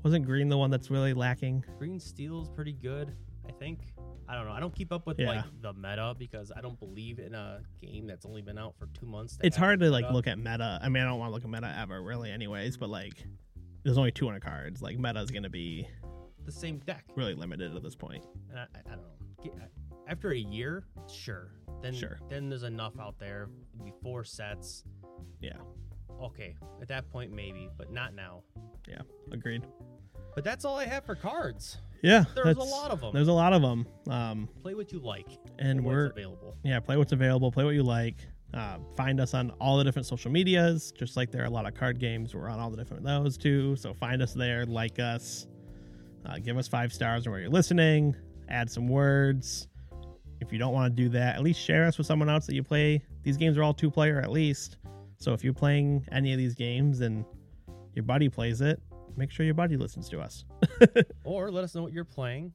S2: Wasn't green the one that's really lacking?
S1: Green Steel's pretty good, I think. I don't know. I don't keep up with like
S2: Yeah.
S1: the meta because I don't believe in a game that's only been out for two months.
S2: It's
S1: have
S2: hard
S1: a
S2: to like
S1: meta.
S2: look at meta. I mean, I don't want to look at meta ever, really, anyways. But like, there's only 200 cards. Like, meta's gonna be
S1: the same deck.
S2: really limited at this point.
S1: And I, I, I don't know. Get- I- After a year, sure. Then
S2: Sure.
S1: then there's enough out there. It'd be four sets.
S2: Yeah.
S1: Okay, at that point maybe, but not now.
S2: Agreed.
S1: But that's all I have for cards.
S2: Yeah,
S1: There's a
S2: that's-
S1: lot of them.
S2: There's a lot of them. Um,
S1: Play what you like.
S2: and
S1: what's
S2: we're
S1: available.
S2: yeah, play what's available, play what you like. Uh, find us on all the different social medias, just like there are a lot of card games. We're on all the different those too. So find us there, like us, uh, give us five stars where you're listening, add some words. If you don't want to do that, at least share us with someone else that you play. These games are all two player at least. So if you're playing any of these games and your buddy plays it, make sure your buddy listens to us.
S1: Or let us know what you're playing.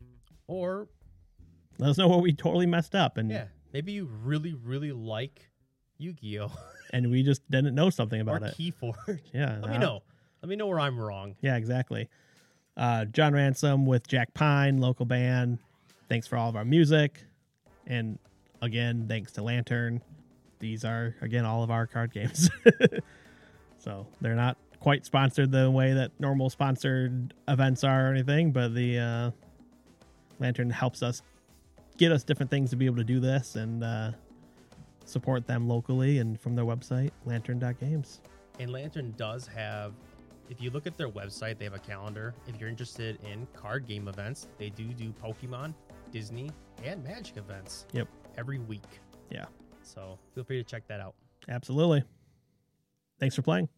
S1: Or
S2: Let us know what we totally messed up and
S1: yeah, maybe you really, really like Yu-Gi-Oh!
S2: and we just didn't know something
S1: or
S2: about it.
S1: Keyforge. <laughs>
S2: Yeah.
S1: Let me
S2: uh,
S1: know. Let me know where I'm wrong.
S2: Yeah, exactly. Uh, John Ransom with Jack Pine, local band. Thanks for all of our music. And again, thanks to Lantern. These are, again, all of our card games. <laughs> so they're not quite sponsored the way that normal sponsored events are or anything, but the uh, Lantern helps us get us different things to be able to do this and uh, support them locally and from their website, lantern.games.
S1: And Lantern does have, if you look at their website, they have a calendar. If you're interested in card game events, they do do Pokemon, Disney, and Magic events.
S2: Yep.
S1: Every week.
S2: Yeah.
S1: So feel free to check that out.
S2: Absolutely. Thanks for playing.